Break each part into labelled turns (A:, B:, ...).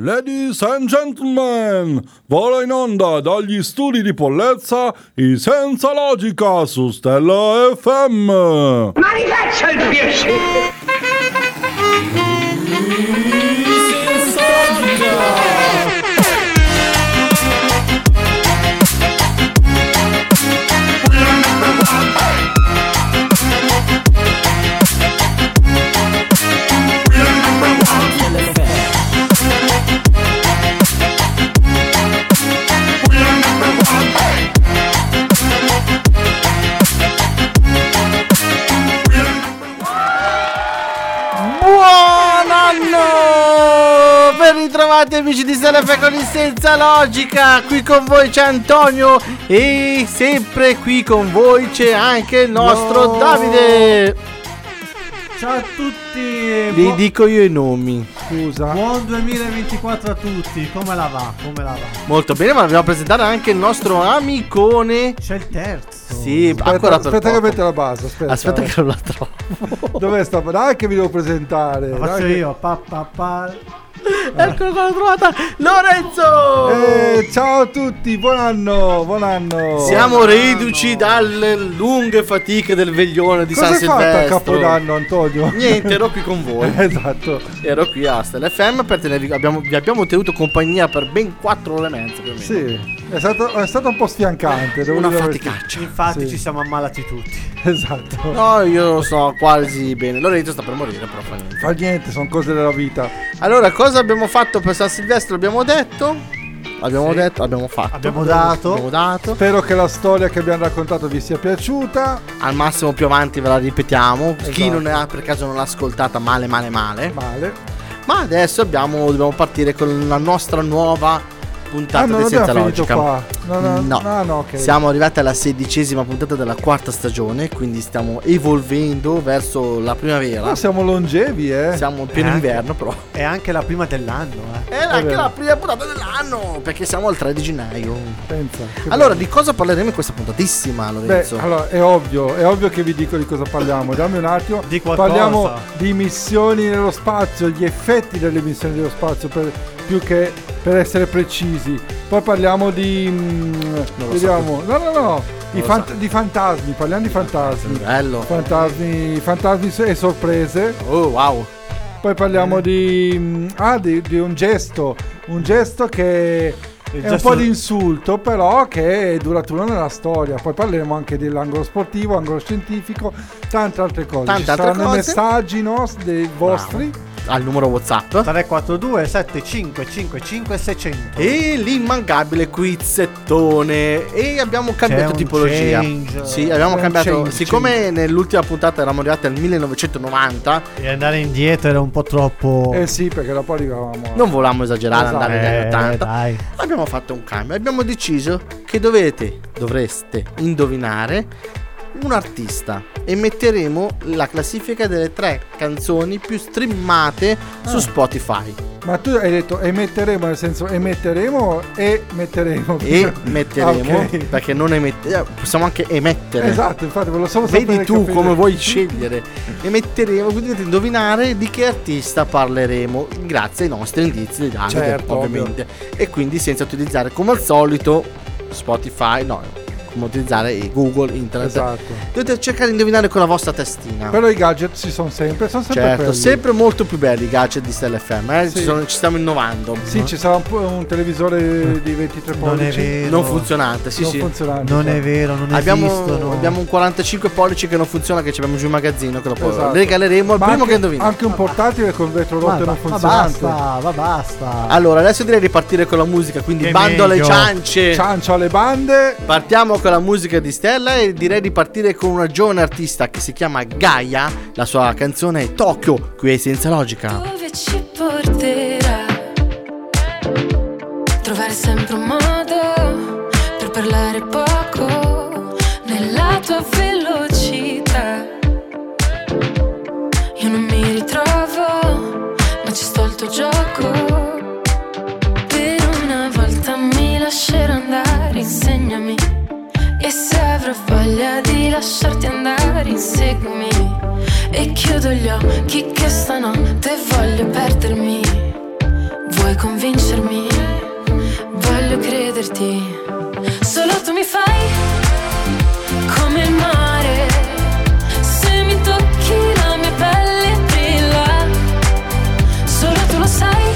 A: Ladies and gentlemen, vola in onda dagli studi di Pollezza i Senza Logica su Stella FM.
B: Money, that's a beauty.
C: Buon anno! Ben ritrovati amici di Selefe con il Senza Logica, qui con voi c'è Antonio e sempre qui con voi c'è anche il nostro
D: No.
C: Davide.
D: Ciao a tutti,
C: Vi
D: buo-
C: dico io i nomi. Scusa.
D: buon 2024 a tutti, come la va? Come la va?
C: Molto bene, ma dobbiamo presentare anche il nostro amicone.
D: C'è il terzo.
C: Sì,
E: Aspetta,
C: ancora per
E: aspetta che
C: poco.
E: mette la base. Aspetta,
C: Aspetta che non la trovo.
E: dov'è sta? Dai, che vi devo presentare.
D: La faccio
E: dai che-
D: io, pa, pa, pa.
C: Eccola qua, Ecco, l'ho trovata. Lorenzo!
E: Eh, ciao a tutti, buon anno, buon anno.
C: Siamo
D: Buon
C: riduci
D: anno.
C: dalle lunghe fatiche del veglione di
E: Cosa
C: San
E: hai fatto a
C: Silvestro.
E: Capodanno, Antonio?
C: Niente, ero qui con voi.
E: esatto.
C: Ero qui a Stella FM per tenervi. Abbiamo, vi abbiamo tenuto compagnia per ben 4 ore e mezza più o meno.
E: Sì, è stato, è stato un po' sfiancante. Devo
C: Una
E: dire la
C: faticaccia.
D: Infatti
E: Sì.
D: ci siamo ammalati tutti.
E: verità. Esatto.
C: No, io sto quasi bene. Lorenzo sta per morire, però fa niente.
E: Fa niente, sono cose della vita.
C: Allora, cosa abbiamo fatto per San Silvestro? Abbiamo detto. Abbiamo detto, abbiamo fatto.
D: Abbiamo dato.
C: Abbiamo dato.
E: Spero che la storia che abbiamo raccontato vi sia piaciuta.
C: Al massimo più avanti ve la ripetiamo. Chi
E: Esatto.
C: non ha per caso non l'ha ascoltata male male male.
E: Male.
C: Ma adesso abbiamo, dobbiamo partire con la nostra nuova puntata
E: Ah, non
C: di Senza
E: abbiamo finito
C: Logica.
E: qua. No, no, ah, no, ok.
C: Siamo arrivati alla sedicesima puntata della quarta stagione, quindi stiamo evolvendo verso la primavera.
E: No, siamo longevi, eh.
C: Siamo in pieno
D: Eh.
C: inverno, però.
D: È anche la prima dell'anno, eh.
C: È anche
E: vero.
C: la prima puntata dell'anno, perché siamo al 3 di gennaio.
E: Pensa, che
C: Allora,
E: bello.
C: di cosa parleremo in questa puntatissima,
E: Beh,
C: Lorenzo?
E: allora è ovvio, è ovvio che vi dico di cosa parliamo. Dammi un attimo.
D: Di qualcosa.
E: Parliamo di missioni nello spazio, gli effetti delle missioni nello spazio, per- più che per essere precisi. Poi parliamo di. mm,
C: lo
E: vediamo. No, no, no. Di,
C: lo
E: fant- di fantasmi, parliamo di fantasmi.
C: Bello.
E: Fantasmi, fantasmi e sorprese.
C: Oh, wow.
E: Poi
D: Eh.
E: parliamo di. mm, Ah, di, di un gesto. Un gesto che.
D: Il
E: è
D: gesto-
E: un po' di insulto, però, che è duraturo nella storia. Poi parleremo anche dell'angolo sportivo, angolo scientifico, tante altre cose.
C: Tante
E: Ci
C: altre
E: saranno
C: cose.
E: messaggi nostri, dei vostri.
C: Al numero WhatsApp.
D: 342 7555 600.
C: E l'immancabile quizzettone. E abbiamo cambiato
D: un
C: tipologia.
D: change.
C: Sì,
E: C'è
C: abbiamo
E: un
C: cambiato.
E: change,
C: siccome nell'ultima puntata eravamo arrivati al 1990,
D: E andare indietro era un po' troppo.
E: Eh sì, perché dopo arrivavamo. a-
C: non volevamo esagerare,
E: Esatto.
C: andare negli anni
D: Eh,
C: 80.
D: dai.
C: Abbiamo fatto un cambio. Abbiamo deciso che dovete, dovreste indovinare un artista e metteremo la classifica delle tre canzoni più streamate
E: Ah.
C: su Spotify.
E: Ma tu hai detto emetteremo, nel senso emetteremo e metteremo.
C: E metteremo,
E: Ah, ok.
C: perché non emette- possiamo anche emettere.
E: Esatto, infatti, volevo solo sapere.
C: Vedi tu
E: capire.
C: come vuoi scegliere e metteremo, quindi dovete indovinare di che artista parleremo grazie ai nostri indizi di Davide,
E: Certo,
C: ovviamente. E quindi senza utilizzare come al solito Spotify, no, come utilizzare Google, internet.
E: Esatto.
C: Dovete cercare di indovinare con la vostra testina.
E: Però i gadget ci sono sempre, sono sempre
C: certo,
E: quelli.
C: sempre molto più belli i gadget di Stella FM, eh,
E: Sì.
C: ci, sono- ci stiamo innovando.
E: Sì, ci sarà un, po- un televisore di 23
D: Non è
E: pollici.
D: vero.
C: Non funzionante, sì,
E: non
C: sì.
E: funzionante.
D: Non è
E: esatto.
D: vero, non esistono.
C: Abbiamo, abbiamo un 45 pollici che non funziona, che ci abbiamo giù in magazzino, che lo poi
E: Esatto.
C: regaleremo al
E: Ma
C: primo
E: anche,
C: che indovina.
E: Anche un portatile con vetro
D: Ma,
E: rotto non
D: ma
E: funzionante.
D: basta, ma basta.
C: Allora, adesso direi di partire con la musica, quindi
D: Che
C: bando alle
D: meglio.
C: ciance.
E: Ciancio alle bande.
C: Partiamo con la musica di Stella e direi di partire con una giovane artista che si chiama Gaia. La sua canzone è Tokyo, qui è senza logica.
F: Dove ci porterà? Trovare sempre un modo per parlare poco nella tua velocità. Io non mi ritrovo, ma ci sto al tuo gioco. Per una volta mi lascerò andare, insegnami. E se avrò voglia di lasciarti andare, inseguimi. E chiudo gli occhi che stanotte voglio perdermi. Vuoi convincere?
G: sai,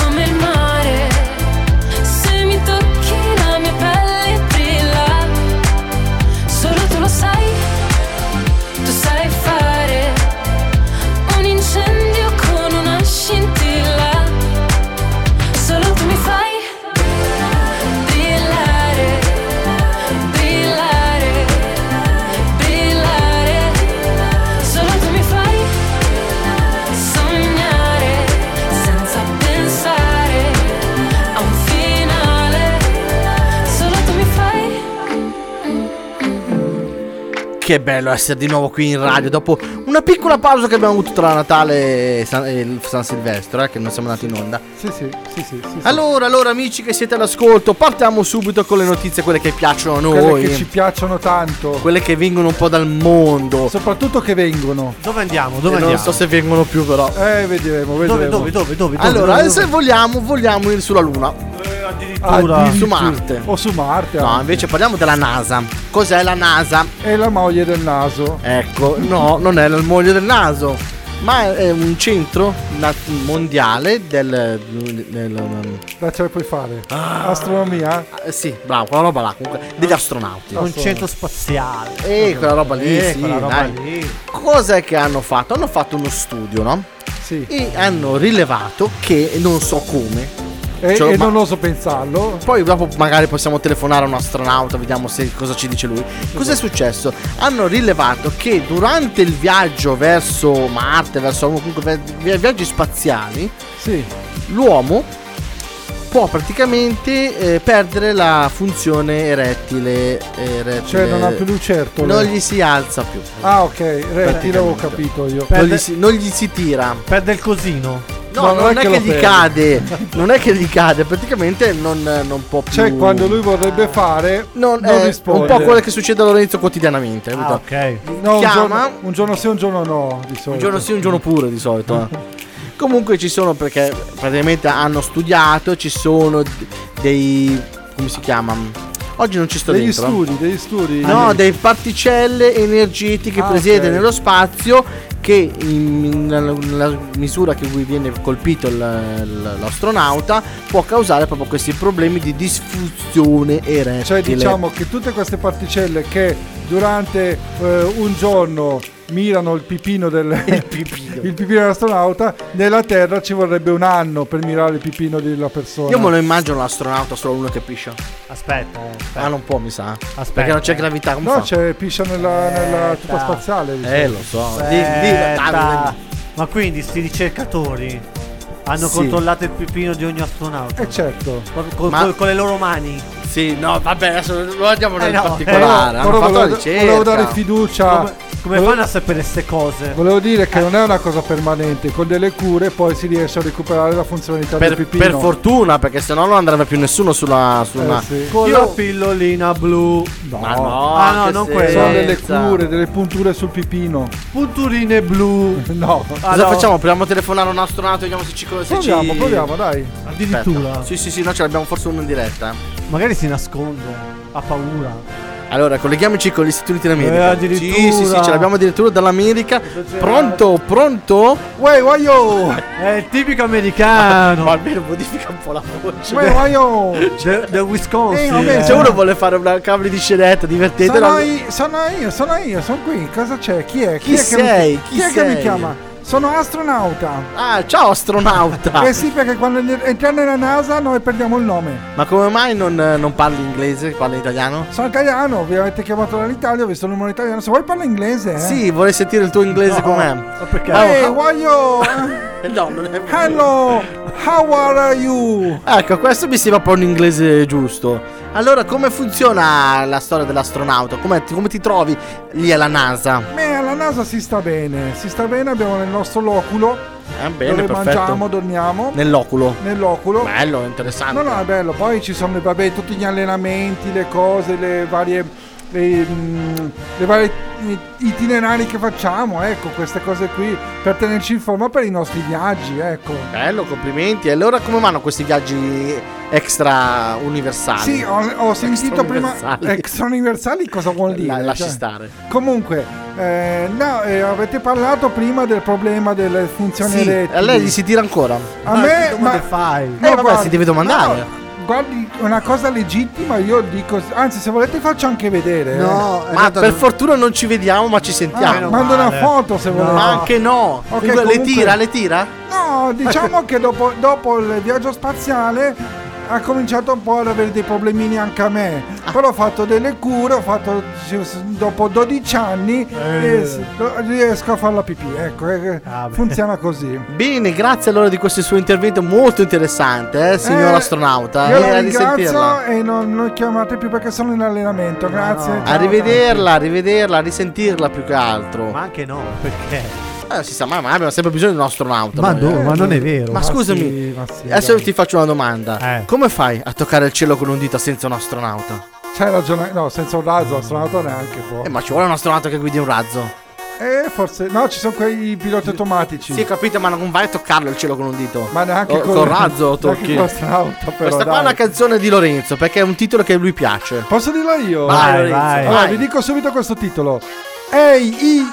G: come il mare Se mi tocchi la mia pelle brilla Solo tu lo sai, tu sai fare un incendio con una scintilla. Solo tu mi fai brillare, brillare, brillare. Solo tu mi fai sognare senza pensare a un finale. Solo tu mi fai.
C: Che bello essere di nuovo qui in radio dopo una piccola pausa che abbiamo avuto tra Natale e San, e il San Silvestro, eh, che non siamo andati in onda.
E: Sì, sì, sì, sì. sì, sì.
C: Allora, allora amici che siete all'ascolto, partiamo subito con le notizie, quelle che piacciono a
E: Quelle
C: noi,
E: che ci piacciono tanto.
C: quelle che vengono un po' dal mondo.
E: Soprattutto che vengono.
D: Dove andiamo?
C: Che
D: Dove
C: Eh, non
D: andiamo?
C: so se vengono più però.
E: Eh, vedremo, vedremo.
D: Dove, dove, dove, dove?
C: Allora,
D: dove,
C: se
D: dove?
C: vogliamo, vogliamo ir sulla Luna.
D: Eh, addirittura.
E: Addirittura. Oh,
C: su Marte.
E: Ah, O su Marte.
C: No,
E: anche.
C: invece parliamo della NASA. Cos'è la NASA?
E: È la moglie del naso.
C: Ecco, no, non è la moglie del naso, ma è un centro na- mondiale del... del-
E: La ce la puoi fare. Astronomia.
C: eh, sì, bravo, quella roba là, comunque, degli astronauti.
D: un centro spaziale.
C: Eh, quella roba lì,
D: Eh,
C: sì,
D: quella roba
C: dai.
D: lì.
C: Cos'è che hanno fatto? Hanno fatto uno studio, no?
E: Sì.
C: E hanno rilevato che, non so come,
E: E,
C: Cioè,
E: e
C: ma-
E: non oso pensarlo.
C: Poi dopo magari possiamo telefonare a un astronauta, vediamo se cosa ci dice lui. Cos'è
E: Esatto.
C: successo? Hanno rilevato che durante il viaggio verso Marte, verso comunque vi- vi- viaggi spaziali,
E: Sì.
C: l'uomo può praticamente eh, perdere la funzione erettile, erettile-
E: Cioè, non ha più eh. lucertole.
C: Non gli si alza più.
E: Ah, ok. Rettile ho
C: Praticamente.
E: capito io.
D: Per-
C: Non gli si, non gli si tira.
D: Perde il cosino.
C: No,
E: No,
C: non, è che,
E: lo
C: gli
E: perde.
C: cade. Non è che gli cade, praticamente non, non può più. Ah.
E: Cioè, quando lui vorrebbe fare,
C: non, eh,
E: non,
C: è un
E: risponde.
C: po' quello che succede a Lorenzo quotidianamente. capito?
D: Ah, ok.
E: No, un,
C: chiama-
E: giorno, un giorno sì, un giorno no. Di solito.
C: Un giorno sì, un giorno pure di solito. eh. Comunque ci sono perché praticamente hanno studiato, ci sono d- dei... come si chiama? Oggi non ci sto
E: Degli
C: dentro. eh.
E: studi, degli studi.
C: No, dei particelle energetiche
E: Ah,
C: presenti
E: ok.
C: nello spazio che in- in- nella nella misura che cui viene colpito l- l- l'astronauta può causare proprio questi problemi di disfunzione erettile.
E: Cioè diciamo che tutte queste particelle che durante eh, un giorno mirano il pipino del il
C: pipino.
E: dell'astronauta, nella Terra ci vorrebbe un anno per mirare il pipino della persona.
C: Io me lo immagino l'astronauta solo uno che piscia.
D: Aspetta, eh, aspetta.
C: Ah, non può, mi sa.
D: Aspetta. eh.
C: Perché non c'è gravità, come
E: No,
C: fa?
E: c'è piscia nella, nella tuba spaziale. diciamo.
C: Eh, lo so. Lì- lì-
D: Aspetta.
C: ah,
D: Ma quindi sti ricercatori hanno
C: Sì.
D: controllato il pipino di ogni astronauta?
E: Eh, certo.
D: Con, con-
C: Ma-
D: con le loro mani.
C: Sì, no, vabbè, adesso non andiamo nel
D: Eh, no.
C: particolare. hanno
E: Però
C: fatto la
E: volevo,
C: ricerca.
E: volevo dare fiducia.
D: Eh, Come, come
E: volevo-
D: fanno a sapere queste cose? Eh.
E: Volevo dire che non è una cosa permanente, con delle cure poi si riesce a recuperare la funzionalità del
C: per,
E: pipino.
C: per fortuna, perché sennò non andrebbe più nessuno sulla. sulla...
E: Eh, sì.
D: Con
C: Io-
D: la pillolina blu.
E: No,
C: Ma no,
D: Ah, no,
C: che
D: non
C: senza.
D: quello.
E: sono delle cure, delle punture sul pipino.
D: Punturine blu.
E: No.
D: Ah,
C: Cosa
D: no,
C: facciamo? Proviamo a telefonare a un astronauta, vediamo se ci. Se
E: Proviamo,
C: ci...
E: proviamo, dai.
C: Aspetta.
D: Addirittura.
C: eh. Sì, sì, sì, noi ce l'abbiamo forse uno in diretta.
D: Magari si nasconde. Ha paura.
C: Eh, Allora, colleghiamoci con gli Stati Uniti d'America.
E: Eh, addirittura.
C: Sì, sì, sì, ce l'abbiamo addirittura dall'America. Pronto, pronto?
E: Uè, guaio!
D: È il tipico
C: Ma
D: americano.
C: almeno modifica un po' la voce. Cioè,
E: Uè, guaio!
D: Del del Wisconsin.
E: Eh, vabbè,
D: eh.
C: Se uno vuole fare una cavolo di scenetta divertente,
E: Sono,
C: no?
E: i- sono io, sono io, sono qui. Cosa c'è? Chi è?
C: Chi
E: è che mi-
C: sei? Chi
E: chi è che
C: sei?
E: mi chiama? Sono astronauta.
C: Ah, ciao astronauta!
E: Eh sì, perché quando entriamo nella NASA noi perdiamo il nome.
C: Ma come mai non, non parli inglese, parli italiano?
E: Sono italiano, vi avete chiamato dall'Italia, ho visto il numero italiano. Se vuoi parla inglese, eh?
C: Sì, vorrei sentire il tuo inglese com'è.
D: Ma perché?
C: Ah,
E: Ehi, guaio! eh,
C: No, non è vero.
E: Hello! How are you?
C: Ecco, questo mi sembra proprio un inglese giusto. Allora, come funziona la storia dell'astronauta? Come, come ti trovi lì alla NASA?
E: Beh, alla NASA si sta bene, si sta bene, abbiamo nel nostro loculo
C: Eh, bene,
E: dove
C: perfetto.
E: mangiamo, dormiamo,
C: Nell'oculo.
E: nell'oculo.
C: Bello, interessante.
E: No, no, è bello. Poi ci sono vabbè, tutti gli allenamenti, le cose, le varie. Le, mm, le varie eh, itinerari che facciamo, ecco, queste cose qui per tenerci in forma per i nostri viaggi, ecco.
C: Bello, complimenti. E allora come vanno questi viaggi extra universali?
E: Sì, ho, ho sentito prima
C: Ah, Extrauniversali.
E: extrauniversali cosa vuol dire?
C: La- lasci
E: cioè.
C: stare.
E: Comunque, eh, no, eh, avete parlato prima del problema delle funzioni
C: Sì,
E: erettili.
C: a lei gli si tira ancora. Eh,
E: A
D: Ma
E: me,
D: che
E: ma,
D: domande fai?
C: vabbè,
E: guardi-
C: si deve domandare.
E: no, guardi, una cosa legittima, io dico, anzi, se volete faccio anche vedere. eh.
D: No, è
C: ma
D: andato-
C: per fortuna non ci vediamo, ma ci
E: Ah,
C: sentiamo.
D: meno
E: mando una
D: male.
E: foto se volete.
C: Ma anche no.
E: Ok,
C: Dunque, Le
E: comunque-
C: tira, le tira?
E: No, diciamo che dopo, dopo il viaggio spaziale ha cominciato un po' ad avere dei problemini anche a me.
C: Ah.
E: Però ho fatto delle cure, ho fatto dopo 12 anni e s- riesco a fare la pipì. Ecco, eh,
D: Eh. Ah, beh.
E: funziona così.
C: Bene, grazie allora di questo suo intervento molto interessante, eh, signor
E: Eh,
C: astronauta.
E: Io
C: Eh,
E: la
C: di sentirla.
E: ringrazio e non, non chiamate più perché sono in allenamento. Grazie. ciao,
C: Arrivederla, arrivederla, risentirla più che altro.
D: Ma
C: Ma
D: anche no, perché?
C: si sa mai, ma abbiamo sempre bisogno di un astronauta.
D: Ma,
C: noi,
D: no,
C: eh.
D: ma non è vero.
C: Ma
E: sì,
C: scusami,
E: ma sì,
C: adesso
E: dai.
C: ti faccio una domanda.
D: Eh.
C: Come fai a toccare il cielo con un dito senza un astronauta?
E: dai. C'hai ragione. No, senza un razzo, astronauta neanche può.
C: Eh, ma ci vuole un astronauta che guidi un razzo.
E: Eh, forse. No, ci sono quei piloti automatici.
C: Sì, ho capito, ma non vai a toccarlo il cielo con un dito.
E: ma neanche
C: Oh,
E: con
C: col razzo
E: neanche
C: tocchi.
E: con astronauta, però.
C: Questa qua è
E: dai.
C: una canzone di Lorenzo, perché è un titolo che a lui piace.
E: Posso dirla io?
D: Vai,
C: Lorenzo,
D: vai.
E: Allora, vi dico subito questo titolo. A, I, I,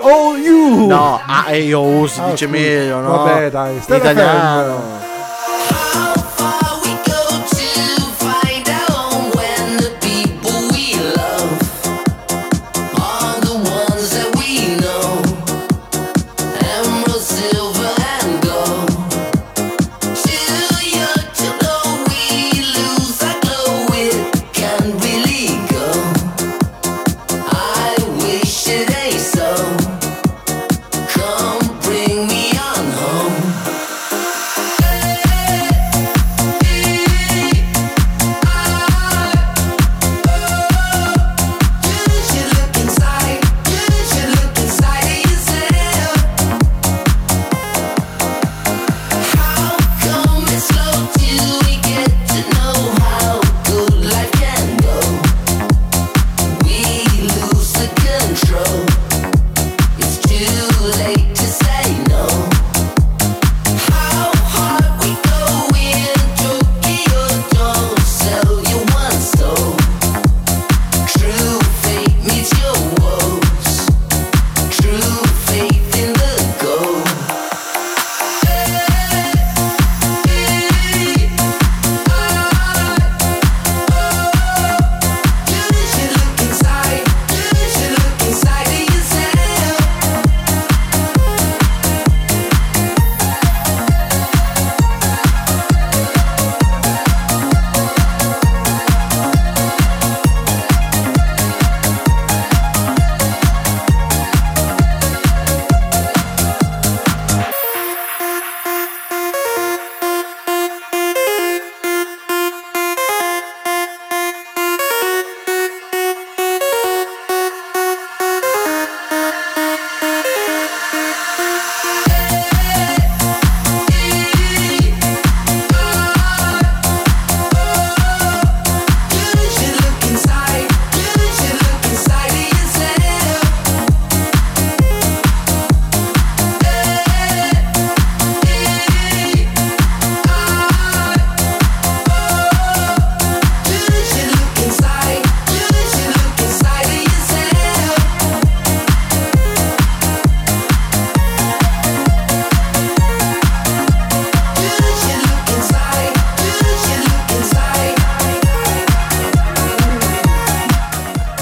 E: O, U.
C: No, ah, e io si
E: Ah,
C: dice
E: scusa.
C: meglio, no?
E: Vabbè, dai,
C: In
E: stai
C: italiano.
H: Come bring me on home. Hey,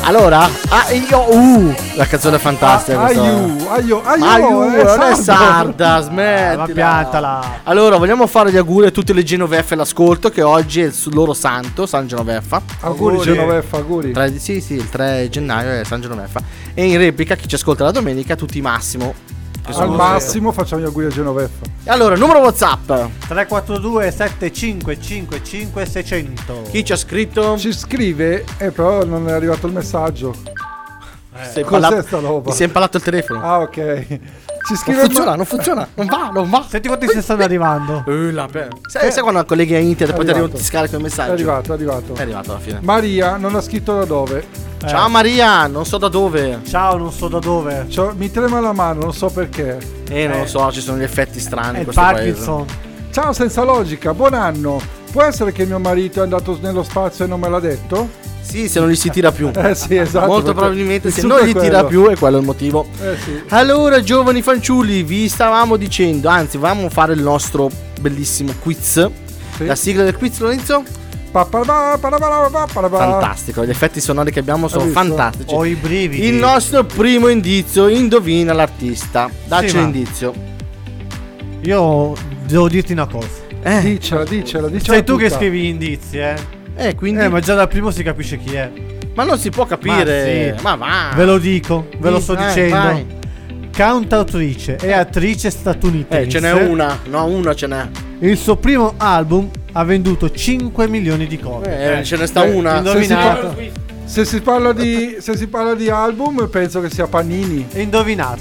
C: Allora, ah, io, uh, la canzone è fantastica.
E: Ah,
C: questa.
E: Aiu, aiu, aiu,
C: Ma aiuto,
E: è
C: non è
E: sardo. Ah,
C: sarda, smettila.
D: Ma piantala.
C: Allora, vogliamo fare gli auguri a tutte le Genoveffe all'ascolto, che oggi è il su- loro santo, San Genoveffa.
E: Auguri Genoveffa, auguri.
C: Tre- sì, sì, il 3 gennaio è San Genoveffa. E in replica, chi ci ascolta la domenica, tutti Massimo. che sono
E: Al
C: loro
E: massimo facciamo gli auguri a Genoveffa.
C: santi. Allora, numero WhatsApp.
D: 342 7555 600.
C: Chi ci ha scritto?
E: Ci scrive, eh, però non è arrivato il messaggio.
D: Eh.
E: cos'è
C: Si è impalato-
E: sta roba?
C: Mi si è impalato il telefono.
E: Ah, ok. Ci
C: non
E: scrive
C: funziona, non funziona. Non va, non va.
D: Senti quanti se stanno arrivando.
C: Eh, la pe- Sai, sai quando colleghi a internet poi ti arriva un
E: arrivato.
C: scarico il
E: È
C: messaggio?
E: arrivato, è arrivato.
C: È arrivato alla fine. Eh.
E: Maria non ha scritto da dove.
C: Ciao Maria, non so da dove.
D: Ciao, non so da dove.
E: C'ho- mi trema la mano, non so perché.
C: Eh, non lo so, ci sono gli effetti
D: È
C: strani in
D: il
C: questo
D: Eh, Parkinson.
E: Ciao senza logica, buon anno. Può essere che mio marito è andato nello spazio e non me l'ha detto?
C: paese. Sì, se non li si tira più.
E: Eh sì, esatto.
C: Molto
E: perché
C: probabilmente
E: il
C: se
E: succo
C: non
E: è
C: li
E: quello.
C: tira più è quello il motivo.
E: Eh sì.
C: Allora, giovani fanciulli, vi stavamo dicendo, anzi, volevamo fare il nostro bellissimo quiz.
E: Sì.
C: La sigla del quiz, Lorenzo?
E: Pa- pa- pa- pa- pa- pa- pa- pa- pa-
C: Fantastico, gli effetti sonori che abbiamo sono
E: visto?
C: fantastici.
D: Ho i brividi.
C: Il nostro primo indizio, indovina l'artista. Dacci
D: Sì, ma-
C: l'indizio.
D: Io devo dirti una cosa.
C: Eh,
E: Dicela, dicela, dicela.
D: Sei tu che
E: tutta.
D: scrivi gli indizi, eh.
C: eh, quindi.
D: Eh,
C: ma...
D: ma già dal primo si capisce chi è.
C: non si può capire. Ma,
D: sì.
C: va.
D: Ve lo dico, ve lo
C: Sì,
D: sto
C: vai,
D: dicendo.
C: vai.
D: Cantautrice e attrice statunitense.
C: Eh, ce n'è una. No, una ce n'è.
D: Il suo primo album ha venduto 5 milioni di copie.
C: Eh, ce ne sta
E: eh,
C: una.
E: Se si,
D: Indovinato.
E: parla, se si parla di, se si parla di album, penso che sia Panini.
D: Indovinato,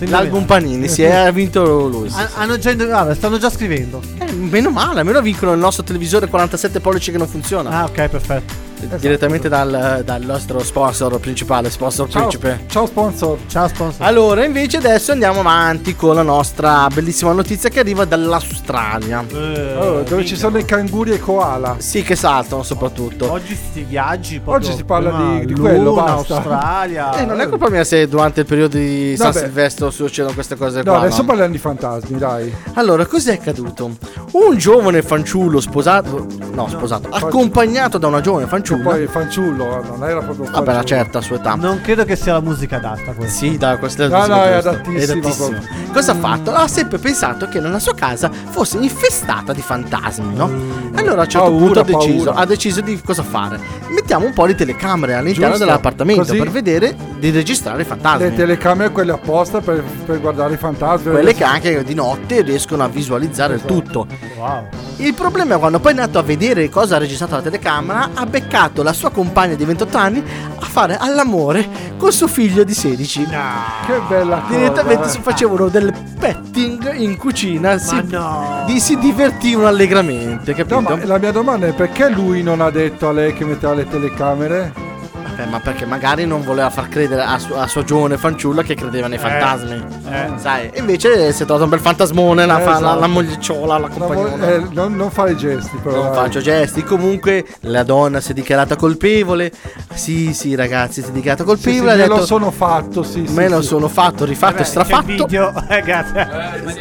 D: indovinato.
C: L'album Panini, si è vinto lui.
D: Ha- Ah, hanno già indovinato, stanno già scrivendo.
C: Eh, meno male, almeno vincono il nostro televisore 47 pollici che non funziona.
D: Ah, ok, perfetto.
C: direttamente dal, dal nostro sponsor principale, sponsor
E: Ciao,
C: principe.
E: ciao sponsor.
D: Ciao sponsor.
C: Allora, invece adesso andiamo avanti con la nostra bellissima notizia che arriva dall'Australia.
D: Eh,
E: Allora, dove
D: minchia.
E: ci sono i canguri e i koala.
C: Sì, che saltano soprattutto.
D: Oggi sti viaggi proprio
E: Oggi si parla
D: prima
E: di- di
D: Luna,
E: quello, basta.
D: Australia.
C: Eh, non è colpa mia se durante il periodo di San
E: Ah. Vabbè.
C: Silvestro succedono queste cose
E: No,
C: qua.
E: adesso
C: no?
E: parliamo di fantasmi, dai.
C: Allora, cos'è accaduto? Un giovane fanciullo sposato. No, sposato. Accompagnato da una giovane fanciulla. Ah,
E: Poi il fanciullo, ah, non era proprio fanciullo.
C: Vabbè, una certa sua età.
D: Non credo che sia la musica adatta questa.
C: Sì, da questa
E: No, no, è
C: questa-
E: adattissimo
C: Cosa ha fatto? Ha sempre pensato che nella sua casa fosse infestata di fantasmi, no? Allora a un certo
E: Paura,
C: punto ha deciso,
E: Mm. paura.
C: ha deciso di cosa fare. Mettiamo un po' di telecamere all'interno
E: Giusto,
C: dell'appartamento
E: così.
C: per vedere di registrare i fantasmi.
E: Le telecamere quelle apposta per, per guardare i fantasmi.
C: Quelle che anche di notte riescono a visualizzare il
E: Esatto.
C: tutto.
D: Wow.
C: Il problema è quando poi è andato a vedere cosa ha registrato la telecamera, ha beccato la sua compagna di 28 anni a fare all'amore con suo figlio di 16.
E: Che bella cosa.
C: Direttamente
E: eh.
C: si facevano del petting in cucina, si,
D: no.
C: di- si divertivano allegramente,
E: No,
C: capito?
E: ma la mia domanda è perché lui non ha detto a lei che metteva le telecamere?
C: Vabbè, ma perché magari non voleva far credere a, su- a sua giovane fanciulla che credeva nei fantasmi.
D: Eh,
C: Sai, invece si è trovato un bel fantasmone, la,
E: Eh,
C: fa- la-
E: esatto.
C: la moglicciola, la
E: La mo-
C: compagnola.
E: eh, non, non fare gesti, però.
C: Non
E: dai.
C: faccio gesti, comunque la donna si è dichiarata colpevole. Sì, sì, ragazzi, si è dichiarata
E: Sì, sì,
C: colpevole.
E: me
C: ha detto,
E: lo sono fatto, sì, sì.
C: me lo
E: sì. Eh
C: sono fatto, rifatto
D: vabbè,
C: e strafatto.
D: C'è il video, ragazzi.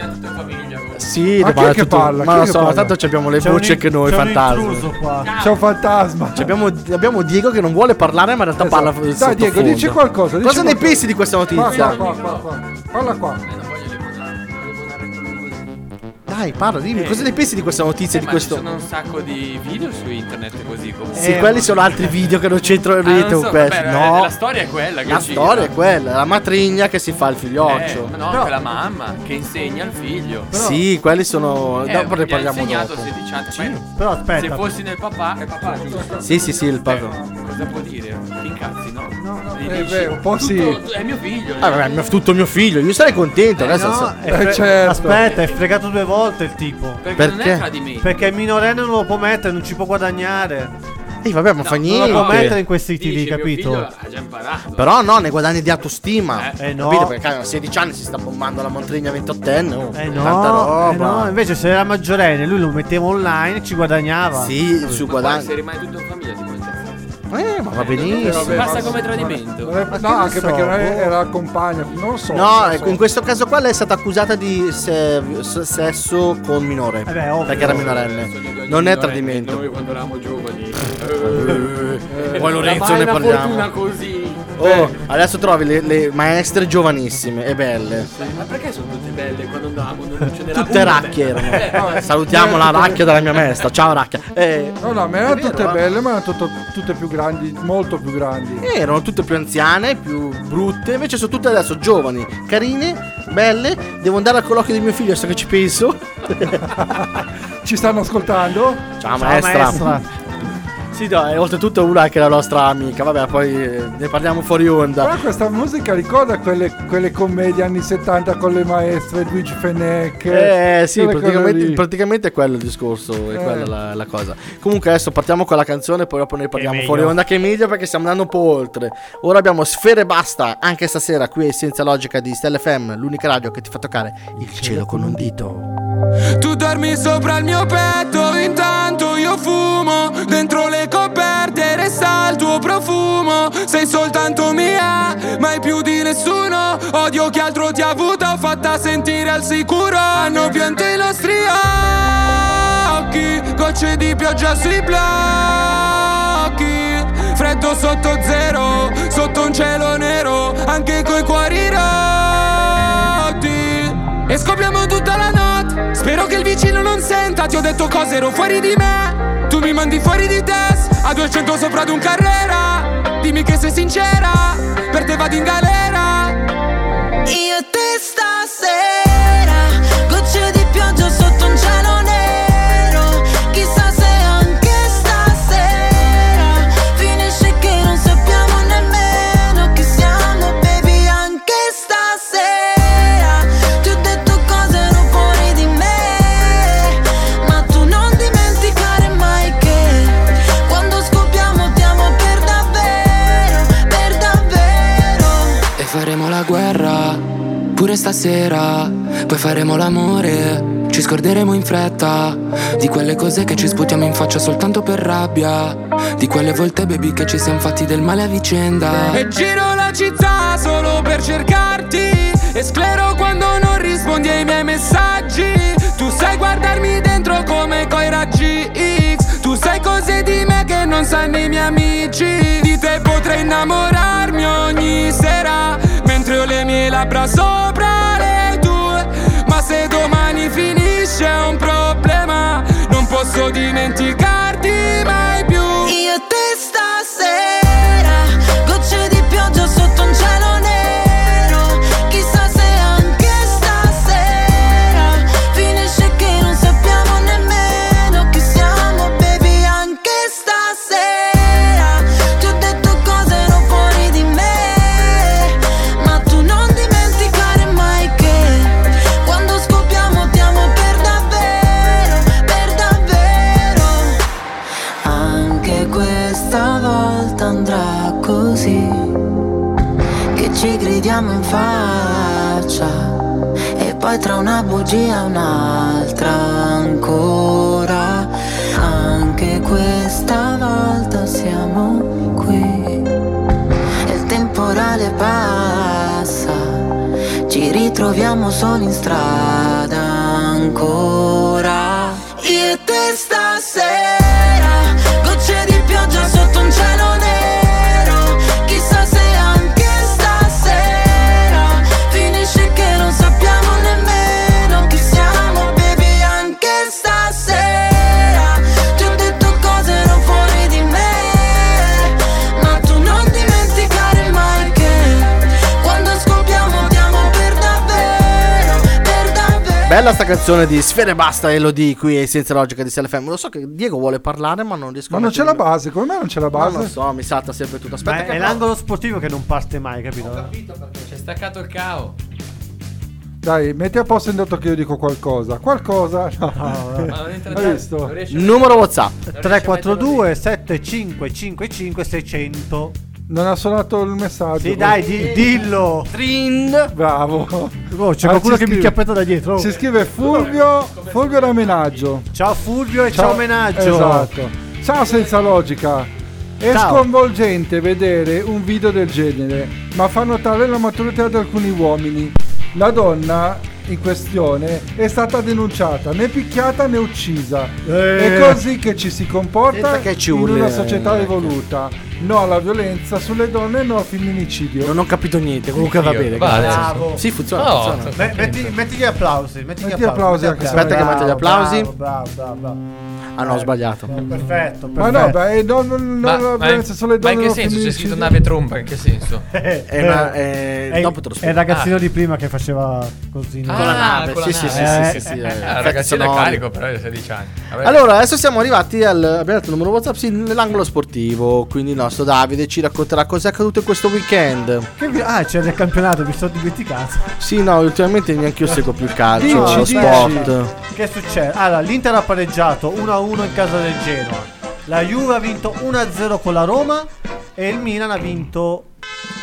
C: Sì,
E: Ma chi è
C: parla
E: che
C: tutto-
E: parla? Chi
C: Ma
E: è
C: lo
E: che
C: so,
E: parla?
C: tanto ci abbiamo le
D: C'è
C: voci
D: un-
C: che noi
D: c'è un
C: fantasmi.
D: intruso qua.
E: C'è un fantasma.
C: Cioè, Abbiamo, abbiamo Diego che non vuole parlare, ma in realtà
E: Esatto.
C: parla.
E: Dai,
C: sottofondo.
E: Diego, dici qualcosa, dici
C: Cosa ne
E: qualcosa.
C: pensi di questa
E: Qua,
C: notizia?
E: qua, qua, qua, qua. Parla qua.
C: Dai, parla, dimmi, cosa ne pensi di questa notizia?
H: Eh,
C: di
H: ma
C: questo.
H: ci sono un sacco di video su internet così Eh, comunque.
C: Sì, quelli sono altri video che non c'entrano
H: Ah, non
C: niente con
H: so,
C: questo.
H: vabbè,
C: no,
H: eh, La storia è quella che
C: La
H: gira.
C: storia è quella, la matrigna che si fa il figlioccio.
H: Eh, no, quella mamma che insegna al figlio.
C: Sì, quelli sono.
H: Eh,
C: dopo ne
H: gli ha
C: parliamo
H: insegnato
C: dopo.
H: 16 anni. Ma
D: Però
H: Se
D: aspetta.
H: fossi nel papà, è papà giusto.
C: Sì, sì, sì, il papà.
H: Eh, cosa può dire? Ti incazzi, no? No, no,
E: eh, beh, un po' sì.
H: È mio figlio.
C: Ah, vabbè, mi ha tutto mio figlio, io sarei contento. adesso
D: No,
C: se-
D: è fre-
E: Eh, certo.
D: Aspetta, è fregato due volte il tipo.
H: Perché, non
C: perché?
H: è tradimento.
D: Perché il minorenne non lo può mettere, non ci può guadagnare.
C: Ehi, vabbè, ma fa
D: Non lo può mettere
C: niente.
D: in quei siti lì,
H: Dice, mio figlio
D: capito?
H: Ha Ah, già imparato.
C: Però no, ne guadagni di autostima.
D: Eh, no.
C: Capito? Perché a 16 anni si sta bombando la matrigna 28enne. Oh,
D: Eh
C: Tanta
D: no, eh
C: roba.
D: no, invece se era maggiorenne lui lo metteva online e ci guadagnava.
C: Sì, su
H: Ma poi se
C: guadagni.
H: rimane Eh, tutto in famiglia cioè. ti può incazzare.
C: Eh, ma va
E: Eh,
C: benissimo.
E: vabbè,
H: Passa
E: ma-
H: come tradimento.
E: non è-
D: Ma che
E: no,
D: ne
E: anche
D: so,
E: perché non è-
D: boh.
E: era compagna. Non lo so.
C: No,
E: non lo
C: ecco,
E: so.
C: in questo caso qua lei è stata accusata di se- s- sesso con minore.
D: Eh beh, ovvio.
C: perché era
H: Sono gli
C: minorenne.
H: ogni
C: Non è
H: minorenni,
C: tradimento. Eh.
H: Noi quando eravamo giovani.
C: Poi Lorenzo
H: eh, Ma è
C: ne
H: una
C: parliamo.
H: fortuna così.
C: Oh, adesso trovi le, le maestre giovanissime e belle.
H: Ma perché sono tutte belle quando andavamo? Non ce n'era
C: Tutte
H: una
C: racchie erano.
H: bella? Eh, no,
C: Salutiamo la racchia della mia maestra. Ciao racchia. Eh,
E: No, no, ma erano
C: È vero,
E: tutte
C: eh.
E: belle, ma erano tutto- tutte più grandi, molto più grandi.
C: eh, erano tutte più anziane, più brutte, invece sono tutte adesso giovani, carine, belle. Devo andare al colloquio di mio figlio, adesso che ci penso.
E: Ci stanno ascoltando?
C: Ciao, maestra. Sì, dai, oltretutto una che è la nostra amica. Vabbè, poi eh, ne parliamo fuori onda.
E: Però questa musica ricorda quelle, quelle commedie anni 70 con le maestre Luigi Fenech.
C: Eh sì,
E: quelle cose
C: praticamente,
E: lì.
C: praticamente è quello il discorso, è
E: Eh.
C: quella la, la cosa. Comunque adesso partiamo con la canzone, poi dopo ne parliamo
D: meglio.
C: fuori onda che è meglio perché stiamo andando un po' oltre. Ora abbiamo Sfere Basta, anche stasera qui è Senza Logica di Stella FM, l'unica radio che ti fa toccare il cielo con un dito.
I: Tu dormi sopra il mio petto, intanto io fumo. Dentro le coperte resta il tuo profumo. Sei soltanto mia, mai più di nessuno. Odio che altro ti ha avuto, fatta sentire al sicuro. Hanno piante i nostri occhi, gocce di pioggia sui blocchi. Freddo sotto zero, sotto un cielo nero, anche coi cuori rotti. E scopriamo tutta la notte Spero che il vicino non senta Ti ho detto cose, ero fuori di me Tu mi mandi fuori di test A 200 sopra ad un carrera Dimmi che sei sincera Per te vado in galera
J: Io te stasera, gocce di pioggia sotto un cielo nero. Chissà se anche stasera finisce che non sappiamo nemmeno chi siamo, baby. Anche stasera ti ho detto cose ero fuori di me. Ma tu non dimenticare mai che quando scoppiamo ti amo per davvero, per davvero.
I: E faremo la guerra Pure stasera Poi faremo l'amore Ci scorderemo in fretta Di quelle cose che ci sputiamo in faccia soltanto per rabbia Di quelle volte baby che ci siamo fatti del male a vicenda E giro la città solo per cercarti E sclero quando non rispondi ai miei messaggi Tu sai guardarmi dentro come coi raggi X Tu sai cose di me che non sanno i miei amici Di te potrei innamorarmi ogni sera Mentre ho le mie labbra sopra le tue Ma se domani finisce è un problema Non posso dimenticarti mai più
J: Io e te stasera, gocce di pioggia sotto un cielo nero. Chissà se anche stasera finisce che non sappiamo nemmeno chi siamo, baby. Anche stasera ti ho detto cose ero fuori di me. Ma tu non dimenticare mai che quando scoppiamo ti amo per davvero, per davvero. Anche questa volta andrà così Che ci gridiamo in faccia E poi tra una bugia e un'altra ancora Anche questa volta siamo qui E il temporale passa Ci ritroviamo solo in strada ancora Io e te stasera Gocce di pioggia sotto un cielo nero Chissà se anche stasera Finisce che non sappiamo nemmeno chi siamo Baby anche stasera Ti ho detto cose ero fuori di me Ma tu non dimenticare mai che Quando scoppiamo diamo per davvero Per davvero
C: Bella sta canzone di Sfere Basta e lo di qui è Senza Logica di Stella FM. Lo so che Diego vuole parlare ma non riesco
E: Ma
C: a
E: non c'è la
C: mettermi-
E: base, come mai non c'è la
C: Ma
E: base?
C: non so, mi salta sempre tutto. Aspetta
D: Beh,
C: che
D: è l'angolo sportivo che non parte mai, capito?
K: C'è staccato il cao.
E: Dai, metti a posto intanto che io dico qualcosa. Qualcosa? No.
K: Ma non entra
E: Hai visto?
K: Non riesce a-
C: Numero WhatsApp.
K: non riesce a
D: 342 7555 600
E: Non ha suonato il messaggio.
D: Sì dai di- dillo
C: Trin.
E: Bravo.
D: Oh, C'è
E: Ah,
D: qualcuno
E: si
D: che mi
E: scrive.
D: chiappetta da dietro oh.
E: Si scrive Fulvio, Fulvio da Menaggio.
D: Ciao Fulvio
H: Cioè,
D: e ciao, Menaggio
E: Esatto. Ciao senza logica. È
D: Ciao.
E: sconvolgente vedere un video del genere, ma fa notare la maturità di alcuni uomini. La donna in questione è stata denunciata, né picchiata né uccisa.
C: Eh.
E: È così che ci si comporta
C: Senza che ci
E: in
C: urli,
E: una
C: eh,
E: società
C: anche.
E: evoluta. No alla violenza sulle donne, no al femminicidio.
C: Non ho capito niente, comunque va bene.
H: Vale.
C: grazie.
D: Bravo.
C: Sì, funziona.
H: No,
C: funziona.
H: sta-
D: Me- metti, metti gli applausi. Metti gli
E: Metti gli applausi anche se
C: Aspetta che metto gli applausi.
D: Bravo, bravo, bravo, bravo.
C: Ah no, ho sbagliato.
D: Perfetto, perfetto.
E: Ma no, beh, eh, no, no, no,
H: Ma,
E: la
H: ma-
E: violenza sulle
H: ma
E: donne.
H: in
E: no
H: che senso c'è
E: femminicidio.
H: scritto nave tromba? In che senso?
D: È,
C: una- è- Eh, dopo te lo
D: il- Eh,
C: spiego.
D: è il ragazzino di prima che faceva così. no?
H: Ah, Con la
C: nave,
H: con la
C: sì, sì, sì,
D: nave.
C: sì, sì, sì,
D: Eh,
C: eh,
D: eh,
C: effetti
H: Ah, ragazzino a
C: sonori.
H: carico, però di 16 anni. Vabbè.
C: Allora, adesso siamo arrivati al abbiamo dato il numero WhatsApp sì, nell'angolo sportivo. Quindi il nostro Davide ci racconterà cosa è accaduto in questo weekend.
D: Che vi- ah, c'era il campionato, mi sono dimenticato.
C: Sì, no, ultimamente neanche io seguo più il calcio,
D: Dici,
C: lo
D: dici.
C: sport.
D: Che succede? Allora, l'Inter ha pareggiato 1-1 in casa del Genoa. La Juve ha vinto 1-0 con la Roma. E il Milan ha vinto.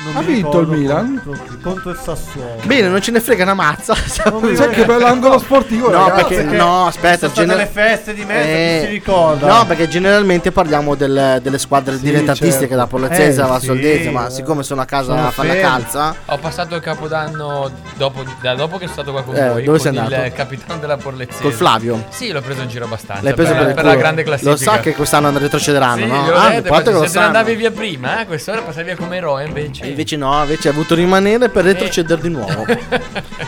D: non
E: Ha
D: mi
E: vinto il
D: ricordo
E: Milan?
D: Contro, contro il Sassuolo.
C: Bene, non ce ne frega una mazza.
D: Non mi
E: Sai che bell'angolo sportivo,
C: No,
E: ragazzi.
C: perché- no, aspetta,
D: Sono state
C: gener-
D: le feste di mezzo,
C: Eh,
D: chi si ricorda?
C: No, perché generalmente parliamo del- delle squadre dilettantistiche
E: certo.
C: da Pollezzese
D: Eh,
C: alla
D: sì,
C: Soldese, ma
D: eh.
C: siccome sono a casa
D: Sono
C: a fare la
D: fermo.
C: calza,
H: Ho passato il capodanno dopo, da dopo che sono stato qua con
C: Eh,
H: voi.
C: dove
H: con
C: sei
H: il
C: andato?
H: capitano della Porlezzese.
C: col Flavio.
H: Sì, l'ho preso in giro abbastanza.
C: L'hai preso per, il
H: la
C: culo.
H: grande classifica.
C: Lo sa che quest'anno retrocederanno,
H: Sì,
C: no?
H: glielo ho
C: Ah,
H: detto,
C: a parte che
H: se
C: lo
H: te ne
C: sanno.
H: andavi via prima, eh, quest'ora passavi via come eroe invece.
C: E invece no, invece ha voluto rimanere
H: Eh.
C: per retrocedere di nuovo.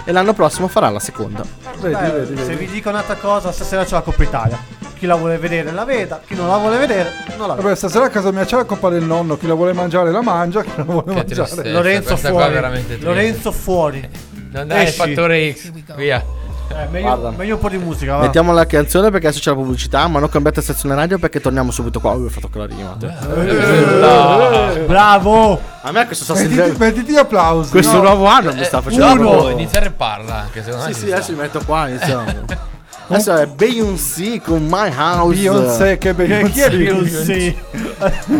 C: e l'anno prossimo farà la seconda.
E: Vedi,
D: Dai,
E: vedi, vedi.
D: Se vi dico un'altra cosa, stasera c'è la Coppa Italia. Chi la vuole vedere la veda, chi non la vuole vedere non la veda.
E: Vabbè, stasera a casa mia c'è la coppa del nonno. Chi la vuole mangiare la mangia, chi la vuole
H: Che
E: mangiare.
H: tristezza,
D: Lorenzo
H: questa qua è
D: fuori.
H: veramente triste.
D: Lorenzo fuori.
H: Non dai il
D: esci.
H: fattore X. Via.
D: Eh,
C: Guarda.
D: meglio, meglio un po' di musica, va.
C: Mettiamo la canzone perché adesso c'è la pubblicità, ma non cambiate stazione radio perché torniamo subito qua. Oh, ho fatto quella rima.
H: Eh,
C: eh,
H: No.
D: Bravo!
C: A me questo sta
E: Mettiti,
C: sentendo.
E: mettiti gli applausi.
C: Questo
E: no?
C: nuovo anno mi sta facendo.
H: Eh, Uno,
C: proprio-
H: iniziare parla. Che secondo
C: Sì,
H: me
C: sì,
H: ci
C: adesso mi
H: sta.
C: metto qua, iniziamo. adesso è Beyoncé con My House.
E: Beyoncé, che Beyoncé.
D: Eh, Chi è Beyoncé?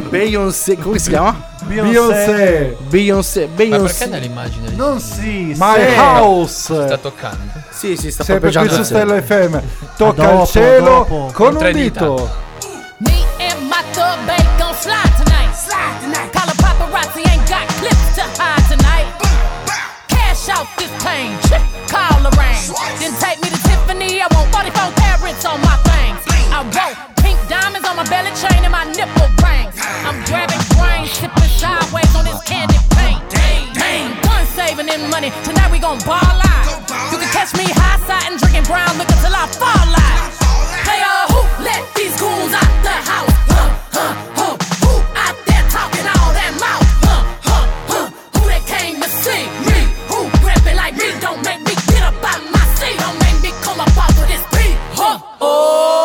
C: Beyoncé, come si chiama?
E: Beyoncé.
C: Beyoncé,
H: Ma perché
C: Beyoncé.
H: nell'immagine lì
D: Non si
E: My
D: se-
H: sta
E: house.
H: toccando?
C: Sì, sì, sta
E: Sempre qui
C: proprio
E: su Stella FM. Tocca
D: Dopo,
E: il cielo
D: dopo.
E: con
H: Tre
E: un
H: dita.
E: dito.
L: Me and my thug babe gon' fly tonight. Slide tonight. Call a paparazzi, ain't got clips to hide tonight. Cash out this thing, check, call the rain. Then take me to Tiffany, I want 44 carats on my things. I want pink diamonds on my belly chain and my nipple rings. I'm grabbing brains, sipping sideways on this candy paint. I'm done saving in money, tonight we gon' ball out. You can catch me high side and drinking brown liquor till I fall out. They all who let these goons out the house. Huh, huh, huh. Who out there talking all that mouth? Huh, huh, huh. Who that came to see me? Who rapping like me? Don't make me get up out my seat. Don't make me come up off of this beat. Huh, oh.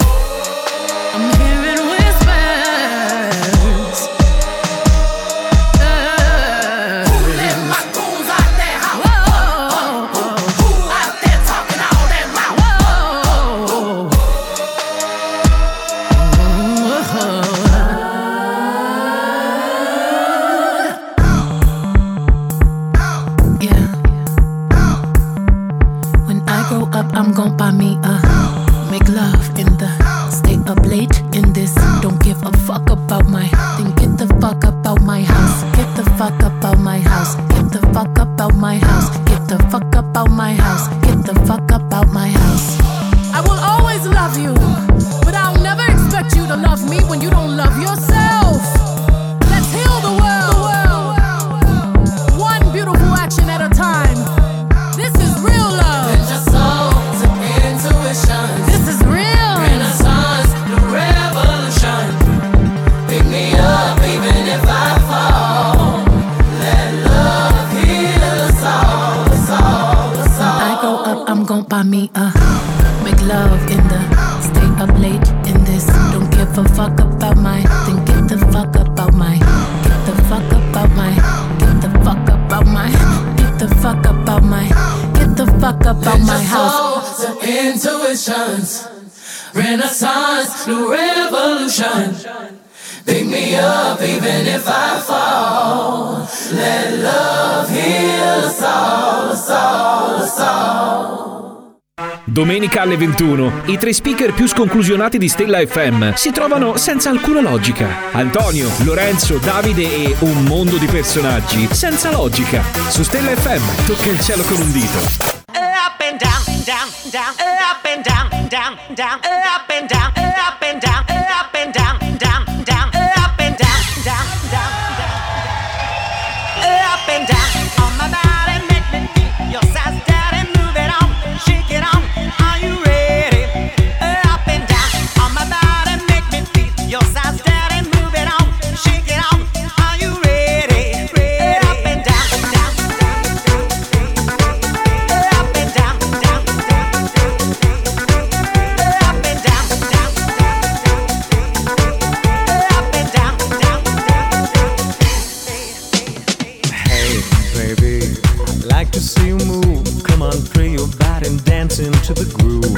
L: I'm hearing whispers. Who let my goons out that house? Who out there talking all that mouth? Yeah. When I grow up, I'm gon' buy me a make love in the stay up late in this. Don't give a fuck about my then get the fuck about my house. Get the fuck about my house. Get the fuck about my house. Get the fuck about my house. Get the fuck about my house. I will always love you, but I'll never expect you to love me when you don't love yourself. Let's heal the world. One beautiful action at a time. This is real love. This is real. I grow up, I'm gon' buy me a make love in the stay up late in this. Don't give a fuck about my then get the fuck about my get the fuck about my get the fuck about my get the fuck about my get the fuck about my house.
M: Intuitions, Renaissance, new revolution.
I: Pick me up even if I fall. Let love heal us all, us all, us all.
N: Domenica alle 21, i tre speaker più sconclusionati di Stella FM si trovano senza alcuna logica. Antonio, Lorenzo, Davide e un mondo di personaggi senza logica. Su Stella FM tocca il cielo con un dito.
O: Up and down, down, down, up and down, down, down, up and down, up and down, up and down, down, down, up and down, down, down, down. Up and down on my body, make me feel your size, daddy, move it on, shake it on. Are you ready? Up and down on my body, make me feel your size, daddy, move it on, shake it on. Are you ready? Ready? Up and down, down, down, down. Up and down, down, down, down, down. Up and down, down, down, down, down. Up and down, down, down,
M: Hey, baby, I'd like to see you move. Come on, free your body and dance into the groove.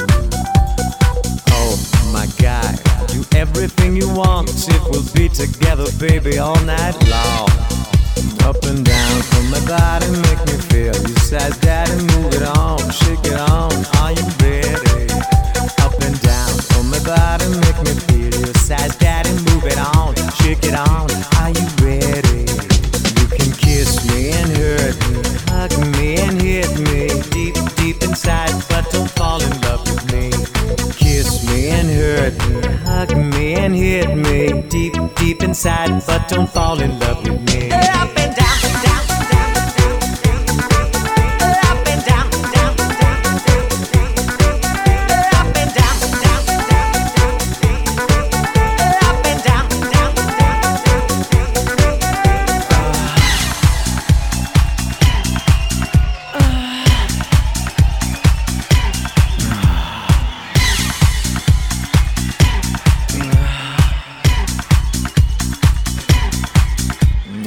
M: Oh, my guy, do everything you want. It will be together, baby, all night long. Up and down from my body, make me feel. You said, Daddy, move it on, shake it on. Are you ready? Up and down from my body, make me feel. You said, Daddy, move it on, shake it on. Are you ready? You can kiss me and hurt me, hug me and hit me deep, deep inside, but don't fall in love with me. Kiss me and hurt me, hug me and hit me deep, deep inside, but don't fall in love with me.
O: Up and down, down, down, down. Up and down, down, down, down. Up and down, down, down, down. Up and down, down, down, down.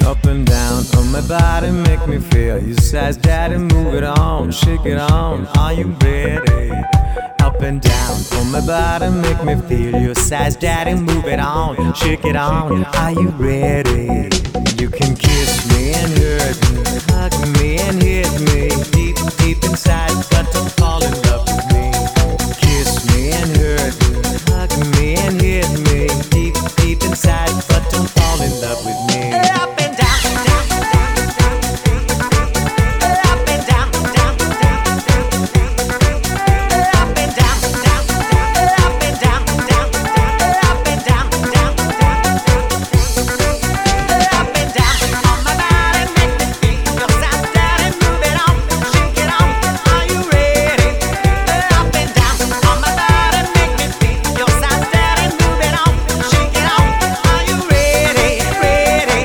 M: Up and down on my body, make me feel. You says, Daddy, move it on, shake it on. Are you ready? Up and down on my body, make me feel. You says, Daddy, move it on, shake it on. Are you ready? You can kiss me and hurt me, hug me and hit me deep, deep inside, but don't fall in love with me. Kiss me and hurt me, hug me and hit me deep, deep inside, but don't fall in love with me.
O: Up and down, down, down, down. Up and down, down, down, down. Up and down, down, down. Up and down, down, down. Up and down, down, down. Up and down on my body, make me feel your size, daddy, move it on, shake it on. Are you ready? Up and down on my body, make me feel your size, daddy, move it on, shake it on. Are you ready? Ready?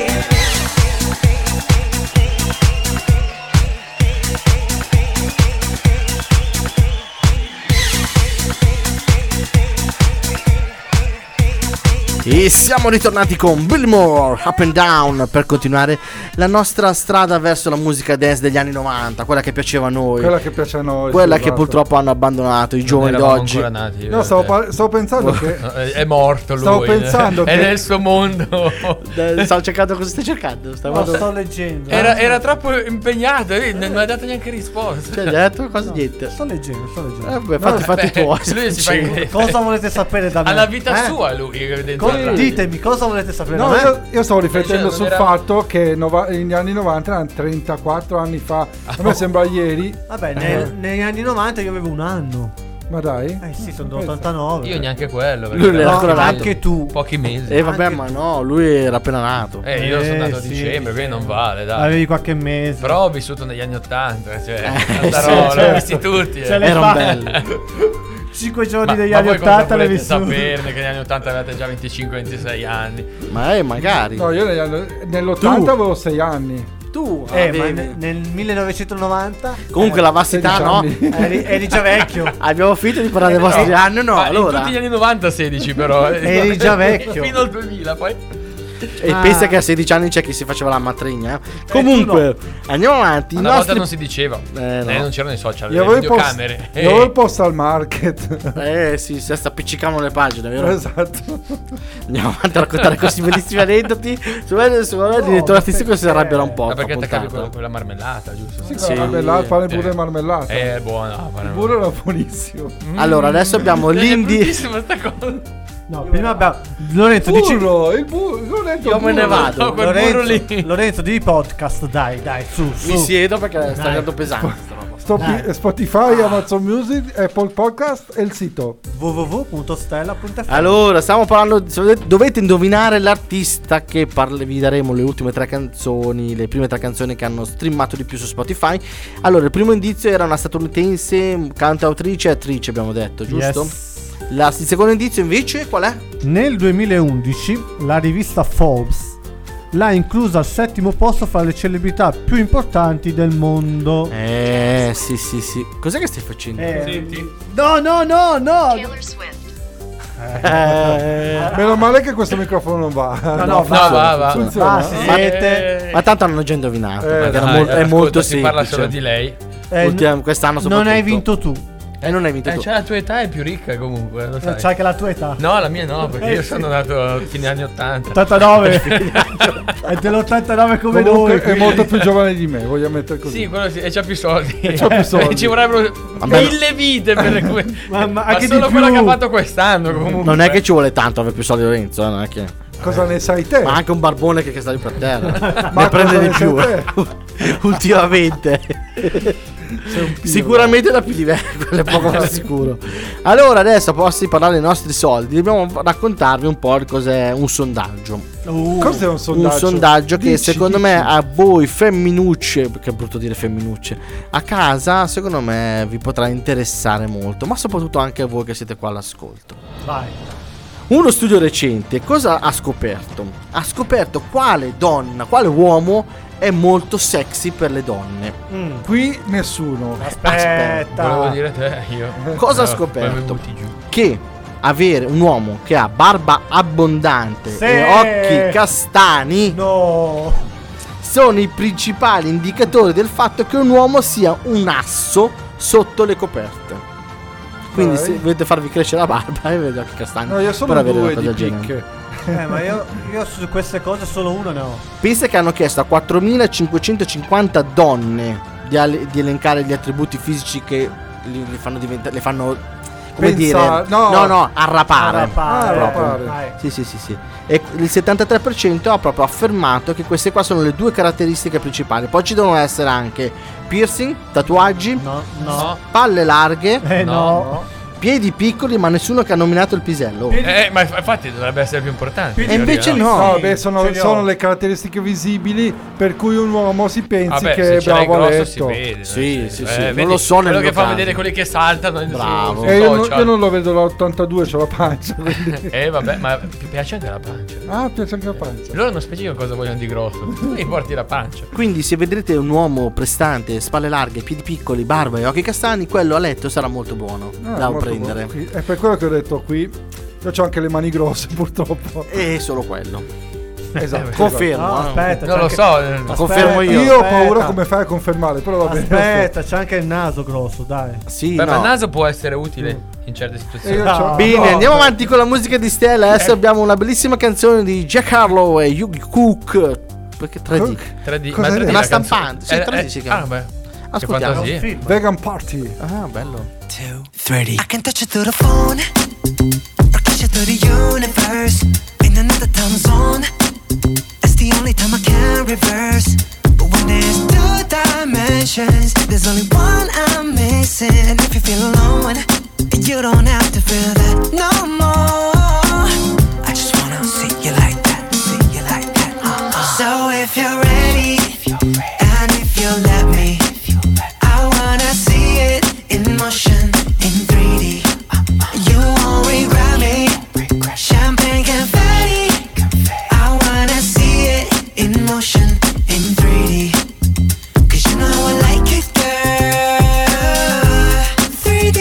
C: E siamo ritornati con Billmore Up and Down per continuare la nostra strada verso la musica dance degli anni 90, quella che piaceva a noi,
E: Quella che piace a noi.
C: Quella
E: sì,
C: che
E: esatto.
C: purtroppo hanno abbandonato i giovani
H: eravamo
C: d'oggi.
H: ancora nati.
E: No, stavo, par- stavo pensando che.
H: Eh, È morto lui.
E: Stavo pensando
H: è
E: che-
H: nel suo mondo.
C: Eh, Stavo cercando cosa stai cercando. Stavo
D: Lo sto leggendo.
H: Era, era troppo impegnato, eh, non mi ha dato neanche risposta.
C: Cioè, gli hai detto cosa niente.
D: Sto leggendo, sto leggendo.
C: Eh, Vabbè, fatti i
D: eh,
C: fatti
H: Beh,
C: tuoi.
H: lui si fa che-
D: Cosa volete sapere da me?
H: alla vita
D: Eh?
H: sua lui che è dentro
D: Co-
H: al radio.
D: ditemi cosa volete sapere
E: No,
D: da me?
E: io, io stavo riflettendo
H: Cioè,
E: sul
H: non era-
E: fatto che nova- negli anni 90 erano 34 anni fa. A me sembra ieri, Eh.
D: Vabbè, nel- negli anni 90 io avevo un anno.
E: ma dai.
D: Eh sì, sono dell'89.
H: Io neanche quello.
C: Lui
H: perché
C: l'era
H: pochi
C: ancora
H: mesi-
C: nato.
D: Anche tu.
H: Pochi mesi.
C: E
H: Eh,
C: vabbè, ma no, lui era appena nato.
H: io sono nato a
D: Eh, sì.
H: dicembre, quindi non vale, dai.
D: Avevi qualche mese. Eh,
H: Però ho vissuto negli anni Ottanta, cioè, tanta
C: sì,
H: roba,
C: certo.
H: l'ho visti tutti. eh.
D: Ce l'hai
C: Era un
D: fa-
C: bello.
D: 5 giorni degli
H: ma
D: anni
H: voi cosa
D: 80 l'hai
H: volete
D: vissuto.
H: saperne che negli anni 80 avevate già 25-26 anni.
C: Ma eh, magari.
E: No, io negli anni- nell'80
C: Tu.
E: avevo 6 anni.
C: tu
D: Eh,
C: avevi-
D: ma ne- nel 1990
C: Comunque la vastità
E: 16
C: no.
E: anni.
D: eri, eri già vecchio.
C: Abbiamo finito di parlare dei vostri anni, no?
H: Eh, Ma in
C: allora.
H: tutti gli anni 90 16 però. eh.
D: Eri già vecchio.
H: Fino al 2000 poi.
C: E
H: Ah. Eh,
C: pensa che a 16 anni c'è chi si faceva la matrigna. Comunque, andiamo avanti. i
H: Una
C: nostri-
H: volta non si diceva, eh,
C: no.
H: non c'erano i social,
C: Io
H: le
C: avevo i post-
H: videocamere.
C: Eh.
E: Io ho il post al market.
C: Eh sì, si appiccicavano le pagine, vero?
E: Esatto.
C: Andiamo avanti a raccontare questi bellissimi aneddoti. Secondo me, secondo me il direttore artistico si arrabbierà un po'.
H: Ma perché
C: fa
H: attaccavi
C: puntata.
H: quella, quella marmellata, giusto?
E: Sì, quella marmellata, fare pure
H: Eh.
E: marmellata.
H: Eh, buona.
E: Il burro era buonissimo.
C: Allora, adesso abbiamo l'indi.
D: No, prima abbiamo. Lorenzo, dici.
E: Burro, il burro, Lorenzo,
C: Io me ne
E: burro.
C: vado. No, quel
D: Lorenzo,
C: burro lì.
D: Lorenzo, di podcast, dai, dai, su, su.
C: Mi siedo perché
D: Dai.
C: sta andando pesante. sta roba.
E: Sto- Spotify, Amazon Music, Apple Podcast e il sito
D: www.stella.fm
C: Allora, stiamo parlando. di- Dovete indovinare l'artista che parle- vi daremo le ultime tre canzoni, le prime tre canzoni che hanno streamato di più su Spotify. Allora, il primo indizio era una statunitense cantautrice e attrice, abbiamo detto, giusto? La- il secondo indizio invece qual è?
D: Eh? Nel 2011 la rivista Forbes l'ha inclusa al settimo posto fra le celebrità più importanti del mondo. Eh.
C: Eh, sì, sì, sì. Cos'è che stai facendo?
D: No, no, no, no.
E: Meno male che questo microfono non va.
C: No, no, va, va, va.
E: Funziona?
C: Va, sì,
E: Ma-
C: siete- Ma tanto hanno già indovinato.
E: Eh,
C: perché era
E: dai,
C: mol- è
H: ascolta,
C: molto
H: si parla
C: semplice.
H: solo di lei.
D: Eh,
C: Ultima-
D: n-
C: quest'anno
D: non hai
C: soprattutto.
D: vinto tu.
C: E non hai vinto
H: Eh,
C: tu.
H: c'è la tua età è più ricca comunque, lo sai.
D: Eh, C'è anche la tua età.
H: No, la mia no, perché
D: Eh,
H: io
D: sì.
H: sono nato a fine anni 80.
D: 89. è dell'89 come
E: Comunque
D: noi.
E: è molto più giovane di me, voglio mettere così.
H: Sì, quello sì, e c'ha più soldi. E
E: c'ha più soldi.
H: Ci vorrebbero
E: Vabbè, no.
H: mille vite per que-
D: Ma,
H: ma
D: anche
H: solo
D: di
H: quella
D: più.
H: che ha fatto quest'anno comunque.
C: Non è che ci vuole tanto avere più soldi di Lorenzo, eh, non è che...
E: Cosa ne sai te?
C: Ma anche un barbone che, che sta lì per terra.
E: Ma
C: ne prende di
E: cosa
C: più.
E: ne
C: Ultimamente. Sicuramente da più livello, quello è poco ma sicuro. Allora, adesso posso parlare dei nostri soldi. Dobbiamo raccontarvi un po' di cos'è un sondaggio.
D: Uh,
E: Cos'è un sondaggio?
C: Un sondaggio che
E: Dici,
C: secondo me
E: dici.
C: a voi femminucce, che brutto dire femminucce, a casa secondo me vi potrà interessare molto, ma soprattutto anche a voi che siete qua all'ascolto.
D: Vai.
C: Uno studio recente cosa ha scoperto? Ha scoperto quale donna, quale uomo è molto sexy per le donne.
D: Mm.
E: Qui nessuno.
H: Volevo
D: Aspetta.
H: dire te io.
C: Cosa ha
H: No, poi mi
C: scoperto?
H: butti giù.
C: Che avere un uomo che ha barba abbondante
D: Sì.
C: e occhi castani
D: No.
C: sono i principali indicatori del fatto che un uomo sia un asso sotto le coperte. Quindi
E: Ok.
C: se volete farvi crescere la barba e vedo occhi castani.
E: No, io sono
C: per avere una
E: due
C: cosa
E: di
C: del genere.
E: picche.
D: Eh, ma io, io su queste cose solo uno ne ho.
C: Pensa che hanno chiesto a 4.550 donne di, al- di elencare gli attributi fisici che li, li fanno diventare. le fanno. come
E: Pensa-
C: dire.
E: no.
C: no, arrapare.
D: Arrapare.
E: Ah,
D: Proprio.
E: arrapare.
C: Sì, sì, sì, sì. E il 73% ha proprio affermato che queste qua sono le due caratteristiche principali. Poi ci devono essere anche piercing, tatuaggi,
D: No, no.
C: palle larghe,
D: Eh no.
C: piedi piccoli, ma nessuno che ha nominato il pisello.
H: Eh, ma inf- infatti dovrebbe essere più importante. in
C: E invece
H: teoria,
C: no.
E: No, beh, sono,
D: ce li ho.
E: sono le caratteristiche visibili per cui un uomo si pensi
H: Vabbè,
E: che
H: se
E: è
H: ce l'hai
E: bravo a
H: grosso si
E: letto.
H: vede. nel
C: Sì,
H: senso.
C: sì, sì, non
H: vedi
C: lo so nel
H: Quello
C: mio
H: che fa
C: caso.
H: vedere quelli che saltano in-
C: Bravo.
H: sui
D: Eh,
E: E io, non-
H: social.
E: io non lo vedo l'82, c'ho la pancia. quindi-
H: Eh vabbè, ma ti piace anche la pancia.
E: ah, piace anche la pancia.
H: Loro non specificano cosa vogliono di grosso. Tu gli porti la pancia.
C: Quindi se vedrete un uomo prestante, spalle larghe, piedi piccoli, barba e occhi castani, quello a letto sarà molto buono
E: Ah,
C: da
E: molto buono.
C: prendere.
E: Qui- È per quello che ho detto qui. Io ho anche le mani grosse, purtroppo.
C: E solo quello.
E: Esatto.
C: Confermo.
D: No,
C: eh.
D: aspetta.
H: Non
D: c'è
H: lo
D: anche-
H: so. eh,
D: Aspetta,
C: Confermo
E: Io, ho
D: aspetta.
E: paura come fai a confermare, però va bene.
D: Aspetta, c'è anche il naso grosso, dai.
C: Sì,
H: Beh, ma
C: no. Ah,
H: il naso può essere utile in certe
E: E
H: situazioni.
E: Mm. Eh, io
D: No.
E: c'ho-
C: Bene,
E: no.
C: andiamo avanti con la musica di Stella. Adesso abbiamo una bellissima canzone di Jack Harlow e Hugh Cook. Perché 3D?
H: 3D,
E: Cosa
H: ma 3D
E: è?
H: la
C: Una
H: canzone-
C: stampante, sì,
H: Eh,
C: 3D
H: eh,
C: si chiama.
H: Ah, beh. Che
C: Ascoltiamo.
H: fantasia.
E: Vegan Party.
C: Ah, bello.
I: I can touch you through the phone or kiss you through the universe in another time zone. That's the only time I can reverse. But when there's two dimensions, there's only one I'm missing. And if you feel alone, you don't have to feel that no more. I just wanna see you like that, see you like that. uh-uh. So if you're ready, and if you let me. I wanna see it in motion in 3D. You won't regret me. Champagne confetti. I wanna see it in motion in 3D. 'Cause you know I like it, girl. 3D.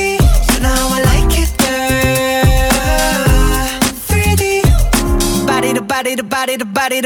I: You know I like it, girl. 3D. Body to body to body to body.
P: it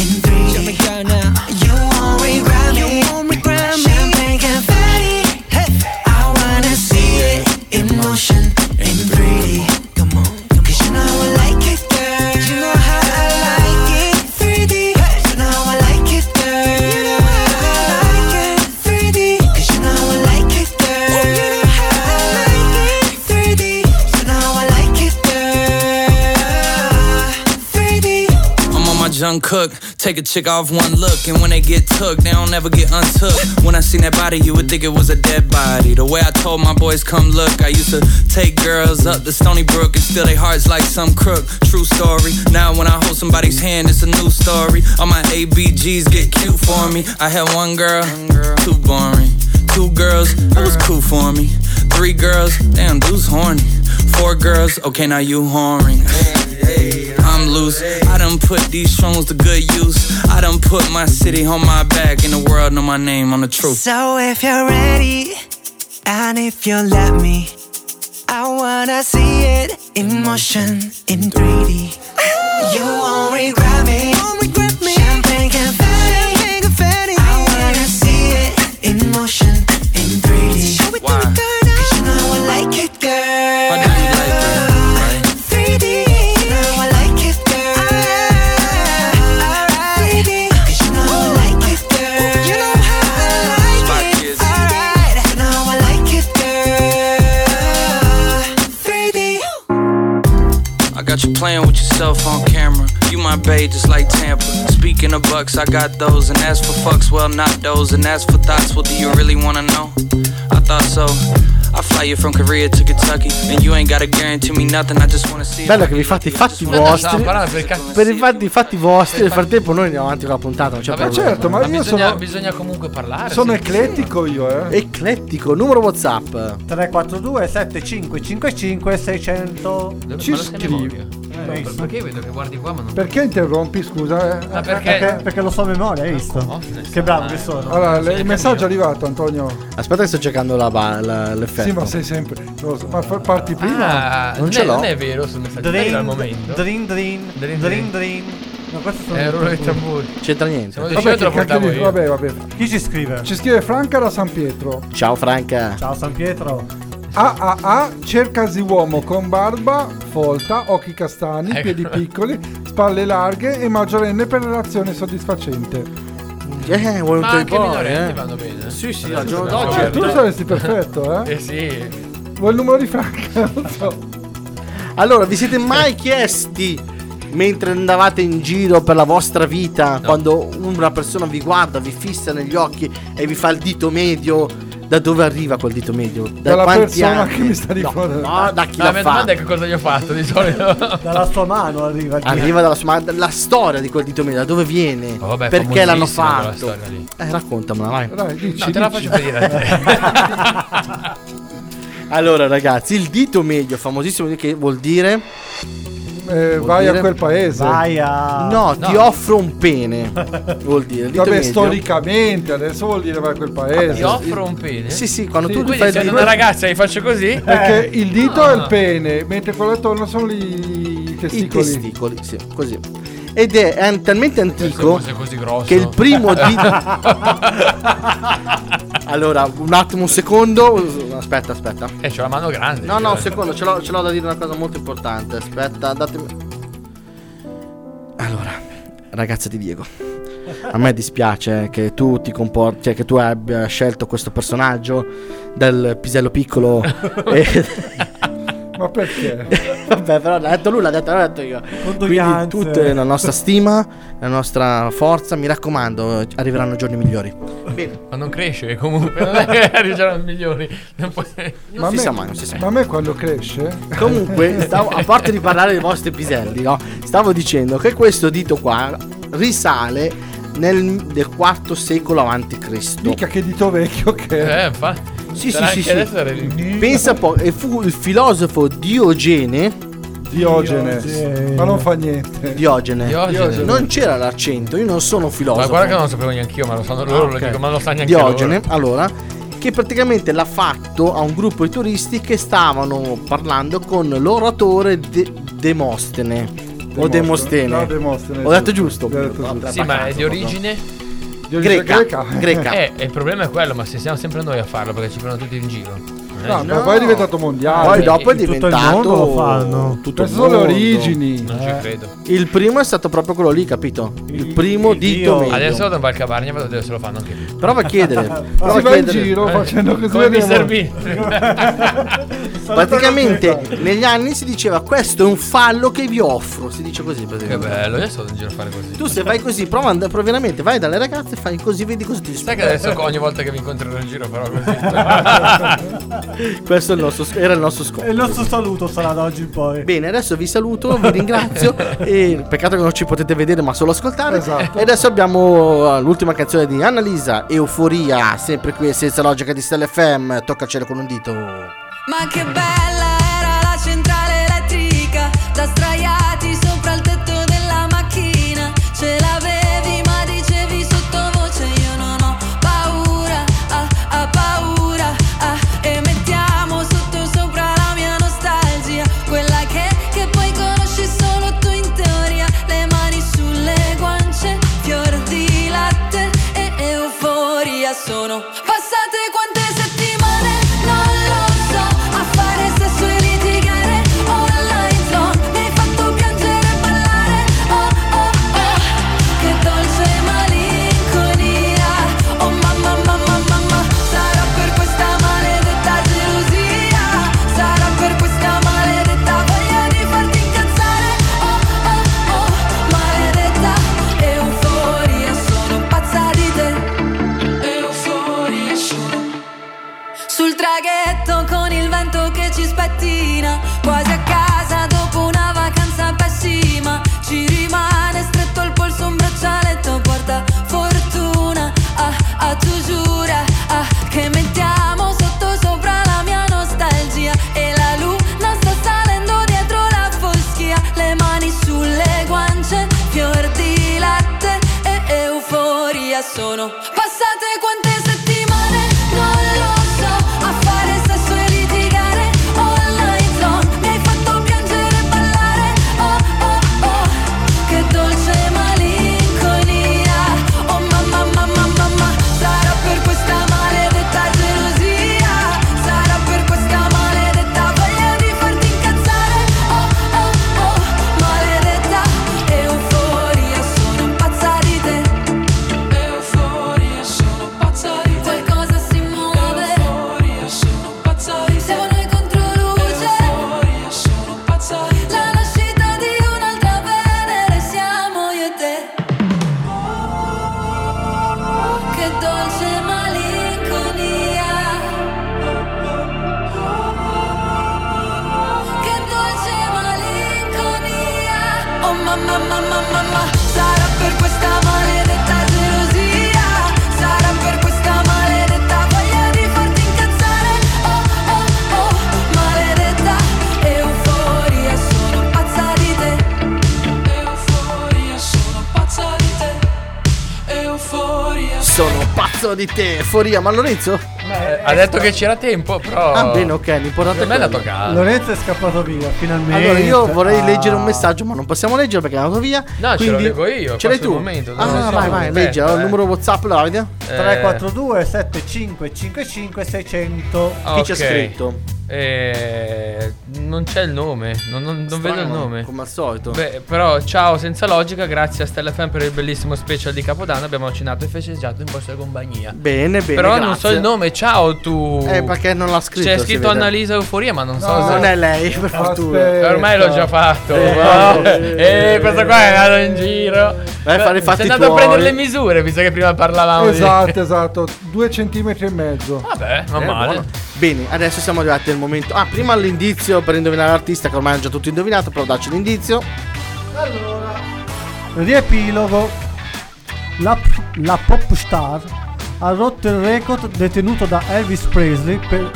P: in 3D. You won't regret me. You won't regret me. Champagne confetti. Hey. I wanna see it in motion, in 3D. Cause you know I like it, girl. You know how I like it, 3D. You know I like it, girl. You know how I like it, 3D. Cause you know I like it, girl. You know how I like it, 3D. You know I like it, girl. 3D.
Q: I'm on my junk cook. Take a chick off one look, and when they get took, they don't ever get untook. When I seen that body, you would think it was a dead body. The way I told my boys, come look, I used to take girls up to Stony Brook and steal their hearts like some crook. True story. Now when I hold somebody's hand, it's a new story. All my ABGs get cute for me. I had one girl, too boring. Two girls, that was cool for me. Three girls, damn, dude's horny. Four girls, okay, now you whoring. I'm loose. I done put these songs to good use. I done put my city on my back, and the world know my name on the truth.
P: So if you're ready, and if you let me, I wanna see it in motion, in 3D. You won't regret me. Champagne confetti. I wanna see it in motion, in 3D.
Q: Why?
P: 'Cause you know I like it, girl.
Q: Right?
P: 3D. You know I like it, girl. Alright. 3D. 'Cause you know I like it, girl. You know how I like it. Alright. You know I like it, girl. 3D.
Q: I got you playing with yourself on camera. You my babe, just like Tampa. Speaking of bucks, I got those. And as for fucks, well, not those. And as for thoughts, well, do you really wanna know? I thought so. I fly you from Korea to Kentucky, and you ain't gotta guarantee me nothing. I just wanna see.
C: Bello che vi fate i fatti
Q: No, no,
C: vostri.
Q: no, parlate per cazzo.
C: Per i fatti, i fatti vostri. Nel frattempo, noi andiamo avanti con la puntata. Non c'è
E: Eh,
H: Vabbè,
C: problema.
E: certo,
H: ma bisogna, bisogna comunque parlare.
C: Sono
H: sì.
C: eclettico io, eh. Eclettico, numero WhatsApp.
D: 342 7555 600
E: Ci scrivi.
D: Eh,
H: Ma Perché vedo che guardi qua ma non...
E: Perché interrompi, scusa? eh?
H: Ma perché- Oh,
D: perché lo so a memoria, hai visto? Che bravo che sono.
E: Allora, le- il messaggio è arrivato, Antonio.
C: Aspetta, che sto cercando la ba- la- l'effetto.
E: Sì, ma sei sempre. lo so, Ma fa- parti prima.
H: Ah, non, è, non è vero sul messaggio
D: Dream,
H: dai, al momento.
D: Dream Dream
H: Dream,
D: Dream
H: dream.
D: Dream. No, questo sono
H: È il ruolo dei tamburi.
C: C'entra niente.
H: Vabbè, io te lo
E: che cacchio
H: portavo
E: dici?
H: io.
E: vabbè, vabbè.
D: Chi ci scrive?
E: Ci scrive Franca da San Pietro.
C: Ciao Franca.
D: Ciao San Pietro.
E: AAA, cercasi uomo con barba, folta, occhi castani,
H: Ecco.
E: piedi piccoli, spalle larghe e maggiorenne per relazione soddisfacente.
C: Eh, vuoi un
H: Ma
C: toy
H: anche i
C: boy,
H: minorenni
C: eh?
H: vanno bene.
C: Sì, sì,
H: Adesso
C: al giorno
H: dobbiamo-
C: d'oggi.
E: Cioè, tu
C: certo.
E: saresti perfetto, eh?
H: Eh sì.
E: Vuoi il numero di Franca? Non so.
C: Allora, vi siete
H: Eh.
C: mai chiesti mentre andavate in giro per la vostra vita, quando una persona vi guarda, vi fissa negli occhi e vi fa il dito medio, da dove arriva quel dito medio? Da
E: Dalla
C: quanti
E: persona
C: anni?
E: che mi sta
C: No,
E: ricordando.
C: no, da chi
H: La
C: l'ha
H: mia
C: fatto?
H: domanda è che cosa gli ho fatto di solito.
D: Dalla sua mano arriva. il-
C: Arriva dalla sua ma la storia di quel dito medio, da dove viene?
H: Oh, Vabbè, è
C: perché l'hanno
H: famosissima quella
C: fatto?
H: storia lì.
C: Eh, raccontamela, vai.
E: Dai, dici.
H: No, te la
E: dici.
H: faccio vedere a te.
C: Allora, ragazzi, il dito medio, famosissimo, che vuol dire?
E: Eh,
C: Vuol
E: vai
C: dire-
E: a quel paese.
C: No, ti offro un pene. Vuol dire. Il dito
E: Vabbè,
C: medio.
E: storicamente, adesso vuol dire vai a quel
H: Ti
E: paese.
H: offro un pene?
C: Sì, sì, quando tu
H: Quindi
C: fai
H: se
C: il
H: sono una ragazza e gli faccio così...
E: Perché il dito
H: Ah.
E: è il pene, mentre quello attorno sono gli- i
C: I
E: testicoli.
C: testicoli, sì, così. Ed è an- talmente antico
H: Cose così grosso.
C: che il primo dito. allora, un attimo, un secondo. Aspetta, aspetta.
H: Eh, c'ho la mano grande.
C: No, no,
H: cioè.
C: un secondo, ce l'ho, ce l'ho da dire una cosa molto importante. Aspetta, datemi. Allora, ragazza di Diego. A me dispiace che tu ti comporti, cioè che tu abbia scelto questo personaggio del pisello piccolo. e...
E: Ma perché?
C: Vabbè, però l'ha detto lui, l'ha detto, l'ha detto io. Quindi
D: Condoglianze.
C: tutta la nostra stima, la nostra forza, mi raccomando, arriveranno giorni migliori.
H: Ma non cresce comunque. Non è che arriveranno migliori. Non puoi-
C: Non si sa mai, non si sa.
E: Ma a me quando cresce?
C: Comunque, stavo- a parte di parlare dei vostri piselli, no? Stavo dicendo che questo dito qua risale nel, del IV secolo avanti Cristo.
E: Mica che dito vecchio che
H: Eh, infatti.
C: Sì, sì,
H: Sarà
C: sì,
H: anche adesso era il-
C: sì. Pensa po', e fu il filosofo Diogene.
E: Diogene, ma non fa niente.
C: Diogene.
H: Diogene.
C: Non c'era l'accento, io non sono filosofo.
H: Ma guarda che non lo sapevo neanch'io, ma lo sanno loro,
C: Ah,
H: lo
C: ok.
H: dico, ma non lo sa neanche
C: Diogene,
H: loro.
C: allora, che praticamente l'ha fatto a un gruppo di turisti che stavano parlando con l'oratore De- Demostene. O Demostene.
E: No, Demostene,
C: Ho detto
E: giusto.
C: giusto.
E: Ho detto
C: Vabbè,
E: giusto.
H: Sì, ma è
C: abbastanza,
H: di origine?
E: Di origine greca. greca.
H: Eh, e il problema è quello, ma se siamo sempre noi a farlo perché ci prendono tutti in giro.
E: No, ma poi è diventato mondiale.
C: Poi dopo è
H: Tutto il
C: diventato
H: mondo lo fanno.
C: tutto il
E: Queste sono le
C: mondo. Eh.
E: origini.
H: Non ci credo.
C: Il primo è stato proprio quello lì, capito? Il primo dito medio.
H: Adesso vado in Valcavarnia e vado a vedere se lo fanno anche lì.
C: Prova a chiedere. prova
E: Si
C: a
E: va in
C: chiedere. Eh.
E: giro facendo così.
H: Come Mr.
E: vediamo.
H: B.
C: Praticamente negli anni si diceva questo è un fallo che vi offro, si dice così
H: Che
C: praticamente.
H: bello, io sto in giro a fare così.
C: Tu se vai così, prova, and- prova veramente, vai dalle ragazze, fai così, vedi così ti
H: Sai che adesso ogni volta che mi incontrerò in giro farò così.
C: Questo è il nostro, era il nostro scopo.
D: E il nostro saluto sarà da oggi in poi.
C: Bene, adesso vi saluto, vi ringrazio. e peccato che non ci potete vedere, ma solo ascoltare.
E: Esatto.
C: E adesso abbiamo eh, l'ultima canzone di Annalisa, Euforia, sempre qui a senza logica di Stella FM. Tocca il cielo con un dito.
R: Ma che bella era la centrale elettrica, da straiati sopra il tetto della macchina. Ce l'avevi ma dicevi sottovoce io non ho paura, ah, ah, paura, ah. E mettiamo sotto sopra la mia nostalgia, quella che, che poi conosci solo tu in teoria. Le mani sulle guance, fior di latte e euforia sono. Passate quante settimane, non lo so, a fare sesso e litigare online zone. Mi hai fatto piangere e ballare, oh oh oh, che dolce malinconia. Oh mamma mamma mamma, sarà per questa maledetta gelosia, sarà per questa maledetta voglia di farti incazzare, oh oh oh, maledetta euforia, sono pazza di te. Euforia sono sul traghetto con il vento che ci spettina, quasi a casa dopo una vacanza pessima, ci rimane stretto al polso un braccialetto, porta fortuna, ah, ah, tu giura, ah, che mettiamo sotto sopra la mia nostalgia e la luna sta salendo dietro la foschia, le mani sulle guance, fior di latte e euforia sono passate quante settimane, non lo so, a fare sesso e litigare online zone, mi hai fatto piangere e ballare, oh oh oh, che dolce malinconia, oh mamma mamma mamma, sarà per questa maledetta gelosia, sarà per questa maledetta voglia di farti incazzare, oh oh oh, maledetta euforia, sono pazza di te. Euforia, sono pazza di te. Qualcosa si muove. Euforia, sono pazza di te. Siamo noi contro luce. Euforia, sono pazza di te. La nascita di un'altra Venere siamo io e te. Che dolce malinconia. Che dolce malinconia. Oh mamma, mamma, mamma. Sarà per questa maledetta gelosia. Sarà per questa maledetta voglia di farti incazzare. Oh, oh, oh. Maledetta euforia. Sono pazza di te. Euforia. Sono pazza di te. Euforia.
C: Sono pazzo di te, Euforia, ma Lorenzo?
H: eh, ha detto che c'era tempo, però.
C: Ah, bene, ok, l'importante
H: Per me è andato a
C: quello.
H: casa.
D: Lorenzo è scappato via, finalmente.
C: Allora, io vorrei
D: Ah.
C: leggere un messaggio, ma non possiamo leggerlo perché è andato via.
H: No, ce lo
C: quindi-
H: leggo io,
C: Ce
H: questo
C: l'hai
H: è
C: tu?
H: il momento, dove
C: ah,
H: siamo?
C: vai, vai,
H: Aspetta,
C: leggi. Allora, il
H: eh.
C: numero WhatsApp, la vediamo.
D: 342 7555 600
H: Ok. Eh, non c'è il nome, non, non- non vedo il nome.
C: Come al solito.
H: Beh, però ciao senza logica, grazie a Stella Fan per il bellissimo special di Capodanno. Abbiamo cenato e festeggiato in vostra compagnia.
C: Bene, bene.
H: però non
C: grazie.
H: so il nome, ciao tu.
C: Eh, perché non l'ha scritto.
H: C'è
C: si
H: scritto
C: vede.
H: Annalisa Euforia, ma non so
C: No,
H: se.
C: non è lei, per fortuna.
H: Eh, Ormai l'ho già fatto.
C: Eh,
H: no?
C: eh.
H: Eh, questo qua è andato in giro.
C: Vai a fare i
H: Sei
C: fatti
H: andato a
C: tuoi.
H: prendere le misure, visto che prima parlavamo di-
E: Esatto, esatto. Due centimetri e mezzo.
H: Vabbè, non
C: Eh,
H: male.
C: buono. Bene, adesso siamo arrivati al momento. Ah, prima l'indizio per indovinare l'artista, che ormai hanno già tutto indovinato, però dacci l'indizio.
D: Allora, riepilogo. la, la pop star ha rotto il record detenuto da Elvis Presley per,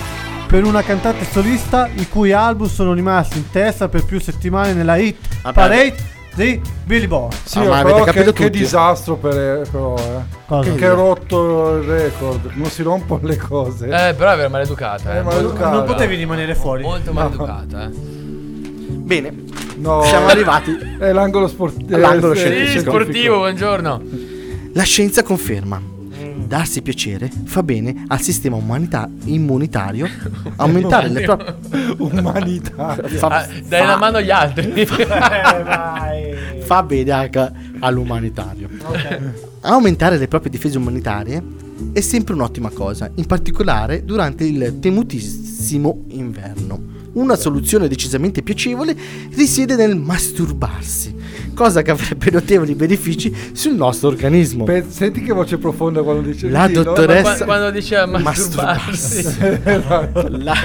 D: per una cantante solista i cui album sono rimasti in testa per più settimane nella hit
C: Vabbè.
D: parade di Billboard.
E: Sì,
C: Ah,
E: però che, che disastro per, però, eh.
D: Cosa?
E: Che, che ha rotto il record, non si rompono le cose.
H: Eh, però era maleducata. Eh.
E: Eh, maleducata.
D: Non potevi rimanere fuori.
H: Molto
E: No.
H: maleducata, eh.
E: Bene,
C: Siamo arrivati.
E: È l'angolo eh, sportivo.
C: All'angolo
H: Sì,
C: scientifico.
H: sportivo, buongiorno.
C: La scienza conferma. Darsi piacere fa bene al sistema umanità- immunitario. Aumentare le proprie.
E: Umanità.
H: Ah, dai una mano agli altri.
C: fa bene anche all'umanitario. Aumentare le proprie difese umanitarie è sempre un'ottima cosa, in particolare durante il temutissimo inverno. Una soluzione decisamente piacevole risiede nel masturbarsi, cosa che avrebbe notevoli benefici sul nostro organismo.
E: Pe- senti che voce profonda quando dice
C: La
E: sì, no?
C: dottoressa-
H: Qua- Quando diceva masturbarsi.
E: Esatto.
C: La,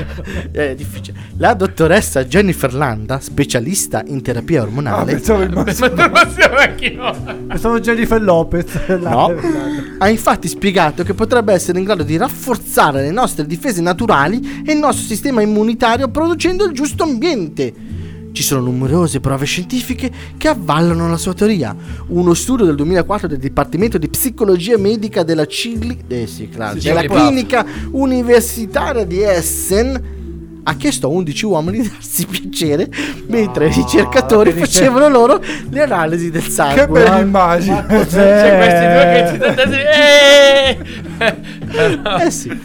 C: eh, è difficile. La dottoressa Jennifer Landa, specialista in terapia
E: Ah,
C: ormonale,
H: Eh,
D: Sono Jennifer Lopez. La-
C: No. ha infatti spiegato che potrebbe essere in grado di rafforzare le nostre difese naturali e il nostro sistema immunitario producendo il giusto ambiente. Ci sono numerose prove scientifiche che avvallano la sua teoria. Uno studio del 2004 del Dipartimento di Psicologia Medica della, Cigli- eh sì, claro,
H: Sì,
C: della
H: Cigli Prof.
C: Clinica Universitaria di Essen ha chiesto a 11 uomini di darsi piacere mentre Ah, i ricercatori
E: che-
C: facevano loro le analisi del sangue.
E: Che Cioè, bella immagine.
H: C'è questi due che ci danno Eh!
C: Eh sì.
H: Ma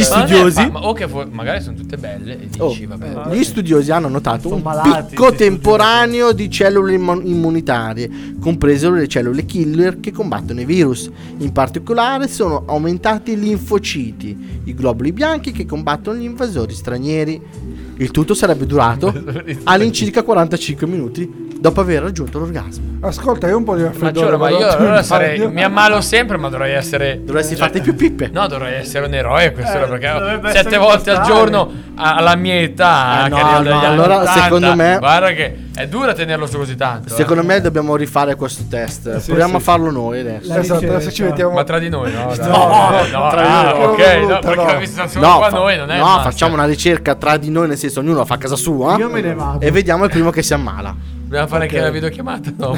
H: non è
C: studiosi Oh. Ah.
H: fa- ma- o che fu- magari sono tutte belle e dici, vabbè.
C: Eh. Gli studiosi hanno notato un
D: malati,
C: picco temporaneo di cellule immu- immunitarie, comprese le cellule killer che combattono i virus. In particolare sono aumentati i linfociti, i globuli bianchi che combattono gli invasori stranieri. Il tutto sarebbe durato all'incirca 45 minuti dopo aver raggiunto l'orgasmo.
E: Ascolta, io un po' di
H: Ma
E: raffreddore.
H: giuro, ma
E: vado
H: io
E: in
H: allora
E: bagno.
H: sarei. Mi ammalo sempre, ma dovrei essere.
C: Dovresti farti più pippe.
H: No, dovrei essere un eroe questo,
D: Eh,
H: era, perché
D: dovrebbe
H: sette
D: essere
H: volte al
D: totale.
H: giorno a- alla mia età,
C: Eh,
H: che
C: no,
H: arrivo dagli
C: no,
H: anni
C: allora,
H: 80,
C: secondo me-
H: Guarda che è dura tenerlo su così tanto. eh.
C: Secondo me dobbiamo rifare questo test.
E: Sì,
C: Proviamo
E: sì.
C: a farlo noi adesso.
E: Esatto, adesso
D: diciamo-
E: ci mettiamo.
H: eh. Ma tra di noi, no? dai. no,
C: tra di
H: ah,
C: noi no.
H: ok,
E: Che
H: no,
E: brutta,
H: perché
E: no.
H: ho visto solo qua
C: fa-
H: noi, non è.
C: no,
H: male. cioè.
C: facciamo una ricerca tra di noi, nel senso ognuno fa a casa sua.
D: Io me ne vado.
C: E vediamo il primo che si ammala.
H: Dobbiamo fare anche la videochiamata. No,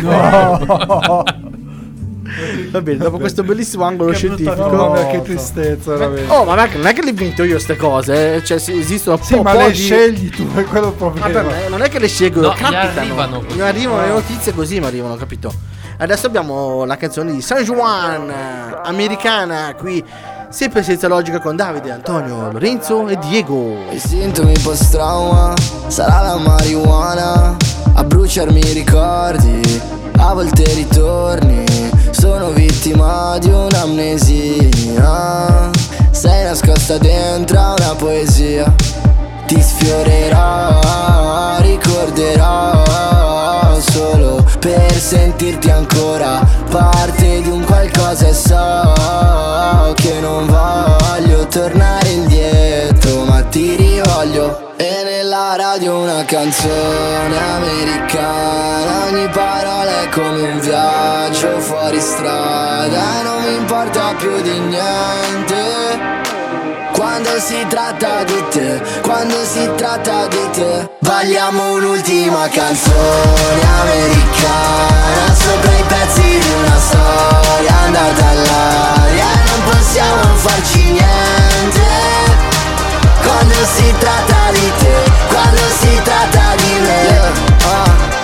C: Va bene, dopo questo bellissimo angolo
D: Che brutta
C: scientifico.
D: cosa.
E: Mamma mia, che tristezza, veramente.
C: Oh, ma non è che- non è che le invento io queste cose, eh. cioè sì, esistono
E: sì,
C: po-
E: ma
C: po'
E: le
C: di-
E: scegli tu, è quello il
C: Vabbè,
E: problema.
C: ma non è che le scelgo,
H: No, gli
C: capitano.
H: arrivano
C: Mi
H: così.
C: arrivano le notizie così, mi arrivano, capito? Adesso abbiamo la canzone di San Juan, eh, americana, qui sempre senza logica con Davide, Antonio, Lorenzo e Diego.
S: I sintomi post-trauma sarà la marijuana a bruciarmi i ricordi, a volte ritorni, sono vittima di un'amnesia. Sei nascosta dentro a una poesia, ti sfiorerò, ricorderò solo per sentirti ancora parte di un qualcosa e so che non voglio tornare indietro ma ti rivoglio e nella radio una canzone americana ogni parola è come un viaggio fuori strada e non mi importa più di niente quando si tratta di te, quando si tratta di te Balliamo un'ultima canzone americana Sopra i pezzi di una storia andata all'aria Non possiamo farci niente Quando si tratta di te, quando si tratta di me Ah.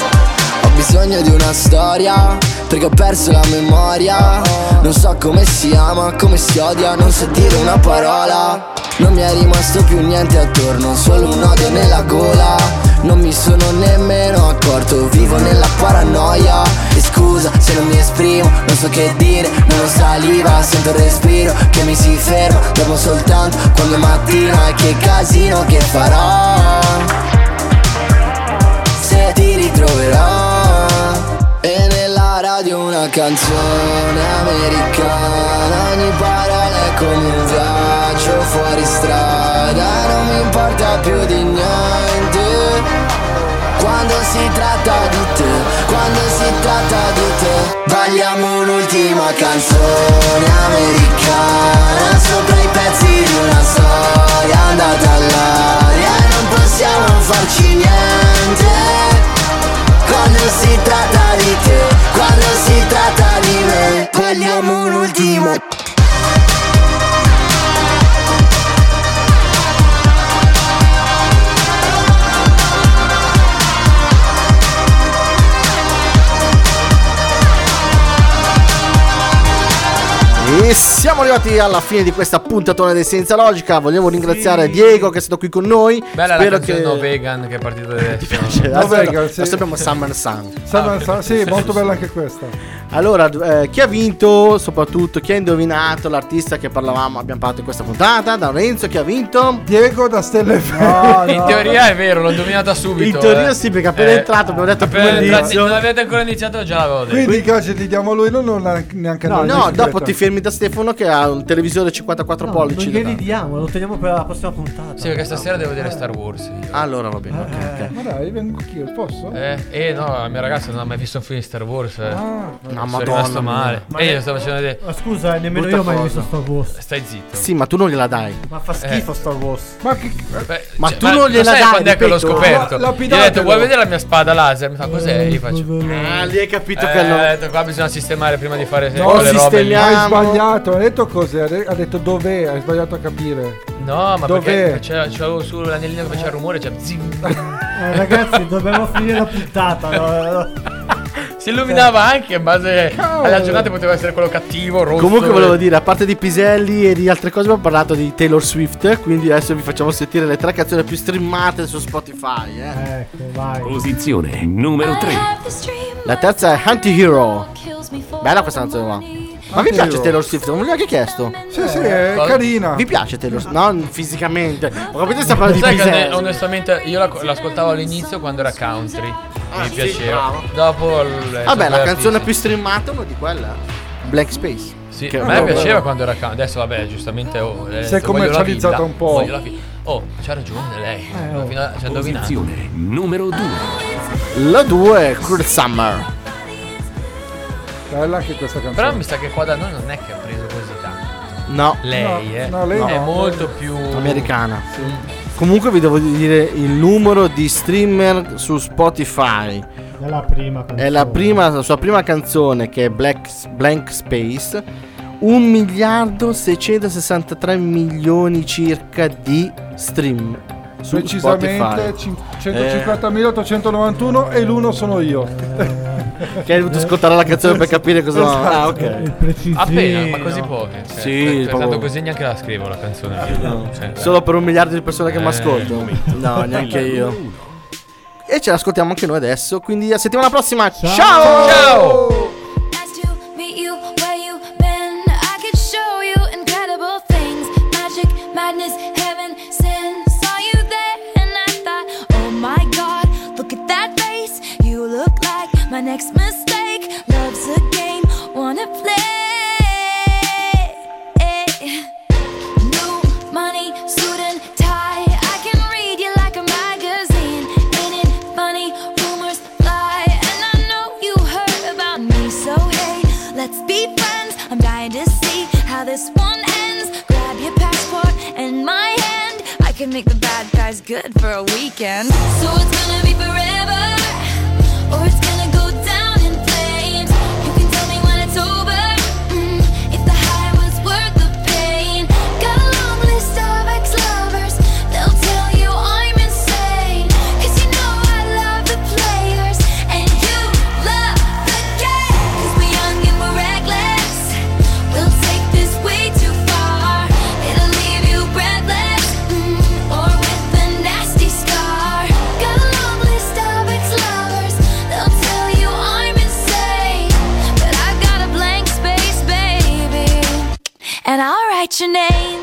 S: Ho bisogno di una storia perché ho perso la memoria Non so come si ama, come si odia, non so dire una parola Non mi è rimasto più niente attorno, solo un odio nella gola Non mi sono nemmeno accorto, vivo nella paranoia E scusa se non mi esprimo, non so che dire, non ho saliva Sento il respiro che mi si ferma, dormo soltanto quando è mattina E che casino che farò se ti ritroverò e nella radio una canzone americana Ogni parola è come un viaggio fuori strada Non mi importa più di niente Quando si tratta di te, quando si tratta di te Vai Vogliamo un'ultima canzone americana Sopra i pezzi di una storia andata all'aria Non possiamo farci niente Quando si tratta di te Quando si tratta di me Vogliamo un'ultima
C: E siamo arrivati alla fine di questa puntatona di Senza Logica. Vogliamo ringraziare Diego che è stato qui con noi.
H: Bella la
C: Spero
H: canzone
C: che
H: No Vegan che è partita adesso.
C: Adesso,
E: Vabbè, grazie.
C: adesso abbiamo Summer Ah, Sun.
E: Sa- sa- Ah, sì, molto bella anche questa.
C: Allora, eh, chi ha vinto? Soprattutto chi ha indovinato l'artista che parlavamo, abbiamo parlato in questa puntata? Da Lorenzo, chi ha vinto?
E: Diego da Stelle
H: In teoria è vero, l'ho dominata subito.
C: In teoria
H: eh.
C: sì, perché appena
H: Eh,
C: è entrato abbiamo detto
H: appena
C: prima
H: entrati-
C: all'inizio.
H: Non avete ancora iniziato, già l'avevo detto.
E: Quindi che oggi ti diamo lui, non, non neanche
C: No,
E: noi.
C: no,
E: Direttamente.
C: dopo ti fermi da Stefano che ha un televisore 54 pollici.
D: non
C: da-
D: glieli diamo, lo teniamo per la prossima puntata.
H: Sì, perché stasera devo vedere Star Wars. io.
C: Allora va bene, ok, ok.
E: Ma dai, vengo anch'io, posso?
H: Eh, eh, no, la mia ragazza non ha mai visto un film di Star Wars. Eh.
E: Ah,
H: sono
C: Madonna
H: rimasto
C: mia.
H: male.
C: Ma
H: e
C: è-
H: io sto facendo vedere.
D: Ma scusa, eh, nemmeno
C: Brutta
D: io ho mai
C: cosa.
D: visto Star Wars.
H: Stai zitto. Eh.
C: Sì, ma tu non gliela dai. Eh.
D: Ma fa schifo Star Wars.
E: Ma che.
H: Beh,
C: Ma
H: cioè,
C: tu non
H: lo
C: gliela
H: sai
C: dai,
H: quando è che l'ho
C: ripeto?
H: scoperto? Gli
C: La-
H: ho detto,
C: lapidatelo.
H: vuoi vedere la mia spada laser? Mi fa, cos'è? Io faccio.
C: Ah, lì hai capito
H: eh,
C: che
H: ho
C: non.
H: detto, qua bisogna sistemare prima di fare
E: No,
H: quelle robe. lì."
E: hai sbagliato, ha detto cos'è, ha de- ha detto dov'è, hai sbagliato a capire.
H: No, ma
E: Dov'è?
H: perché c'era- c'avevo solo l'anellino che faceva il rumore, cioè zim.
D: Eh, ragazzi, dobbiamo finire la puntata. no, no.
H: Si illuminava anche in base alla giornata poteva essere quello cattivo, rosso.
C: Comunque volevo dire, a parte di Piselli e di altre cose, abbiamo parlato di Taylor Swift, quindi adesso vi facciamo sentire le tre canzoni più streamate su Spotify. eh.
D: ecco,
T: Posizione numero 3.
C: La terza è Anti-Hero. Bella questa canzone qua. Ma vi piace
E: Hero.
C: Taylor Swift? Non me l'avete chiesto? Eh,
E: Sì, sì, è carina.
C: Vi piace Taylor Swift? Non fisicamente. Ho capito
H: Sai
C: sta parlando di
H: che onne-
C: Piselli.
H: onestamente io la- l'ascoltavo all'inizio quando era country. mi
C: Ah, sì,
H: piaceva.
C: bravo.
H: Dopo l- eh,
C: Vabbè, la
H: sono
C: canzone
H: divertito.
C: più streamata è una di quella. Black Space.
H: Sì,
C: Che-
H: a me
C: no,
H: piaceva
C: bello.
H: quando era country. Adesso vabbè, giustamente oh, eh,
E: Si è
H: voglio la
E: commercializzata
H: villa,
E: un po'.
H: voglio la vi- Oh, c'ha ragione lei. Fino a- Ci ha indovinato.
T: Posizione numero 2.
C: La 2 è Cruel Summer.
E: Bella anche questa canzone.
H: Però mi sa che qua da noi non è che ha preso così tanto.
C: No.
H: Lei, eh.
E: no, lei
H: è
E: no.
H: molto più
C: Americana. Comunque vi devo dire il numero di streamer su Spotify.
D: È la prima.
C: È la, prima, la sua prima canzone che è Black- Blank Space. 1 miliardo 663 milioni circa di stream su Spotify.
E: Precisamente cin- 150.891 e l'uno sono io.
C: Che hai dovuto ascoltare la canzone per capire cosa.
E: Esatto.
C: Ah, ok.
H: Appena, ma così poche. Cioè,
C: Sì,
H: per- per
C: proprio-
H: tanto così neanche la scrivo la canzone. io. Cioè,
C: Solo per un miliardo di persone che
H: Eh,
C: mi ascoltano. No, neanche io. E ce l'ascoltiamo anche noi adesso. Quindi a settimana prossima. Ciao!
H: Ciao!
F: meet you where you been. I could show you incredible things magic, madness, heaven, sin. Saw you there and I thought, oh my god, look at that face. You look like my next mistake. Love's a game, wanna play. New money, suit and tie. I can read you like a magazine. Ain't it funny? Rumors fly, and I know you heard about me. So hey, let's be friends. I'm dying to see how this one ends. Grab your passport and my hand. I can make the bad guys good for a weekend. So it's gonna be forever, or it's gonna go down in flames. You can tell me when it's over. Mm, if the high was worth the pain. Got a long list of ex-lovers. They'll tell you I'm insane. 'Cause you know I love the players and you love the game. 'Cause we're young and we're reckless. We'll take this way too far. It'll leave you breathless. Mm, or with a nasty scar. Got a long list of ex-lovers. They'll tell you I'm insane. But I've got a blank space, baby and I'll write your name.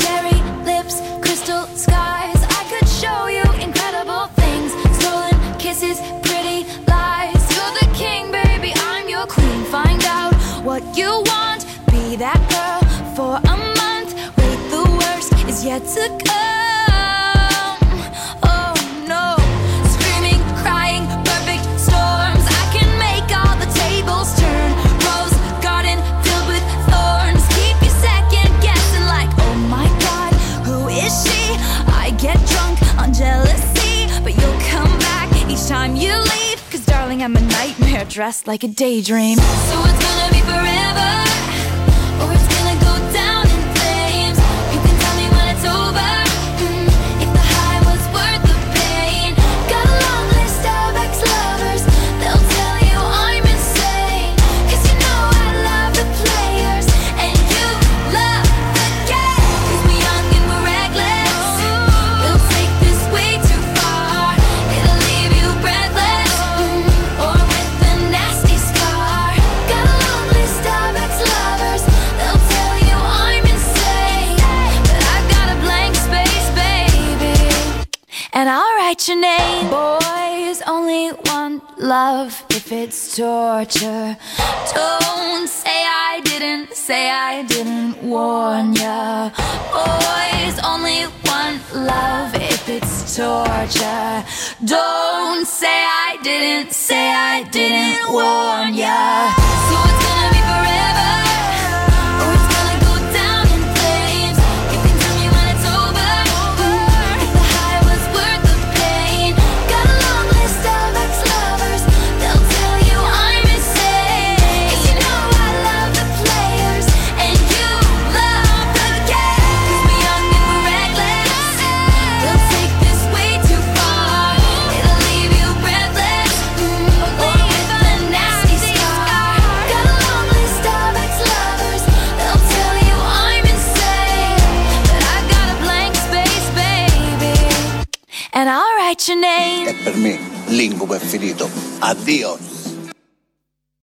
F: Cherry lips, crystal skies. I could show you incredible things. Stolen kisses, pretty lies. You're the king, baby. I'm your queen. Find out what you want. Be that girl for a month. Wait, the worst is yet to come. Oh no, screaming. oh
U: dressed like a daydream.
F: So it's gonna be forever, or it's gonna go down in flames. You can tell me when it's over, mm, if the high was worth the pain. Got a long list of ex-lovers, they'll tell you I'm insane. 'Cause you know I love the players, and you love the game. 'Cause we're young and we're reckless, we'll take this way too far. It'll leave you breathless, mm, or with a nasty scar. Got a long list of ex-lovers. They'll tell you I'm insane, but I got a blank space, baby.
U: And I'll write your name. Boys only want love if it's torture.
F: Don't say I didn't, say I didn't warn ya. Boys only want love if it's torture. Don't say I didn't, say I didn't warn ya. So it's gonna be forever. or it's gonna go down in flames. You can tell me when it's over. Mm, if the high was worth the pain. Got a long list of ex-lovers. They'll tell you I'm insane. 'Cause you know I love the players and you love the game. 'Cause we're young and we're reckless. We'll take this way too far. It'll leave you breathless. Mm, or with a nasty scar. Got a long list of ex-lovers. They'll tell you I'm insane, but I got a blank space, baby.
U: And I'll write your name.
V: Per me l'incubo è finito. Addio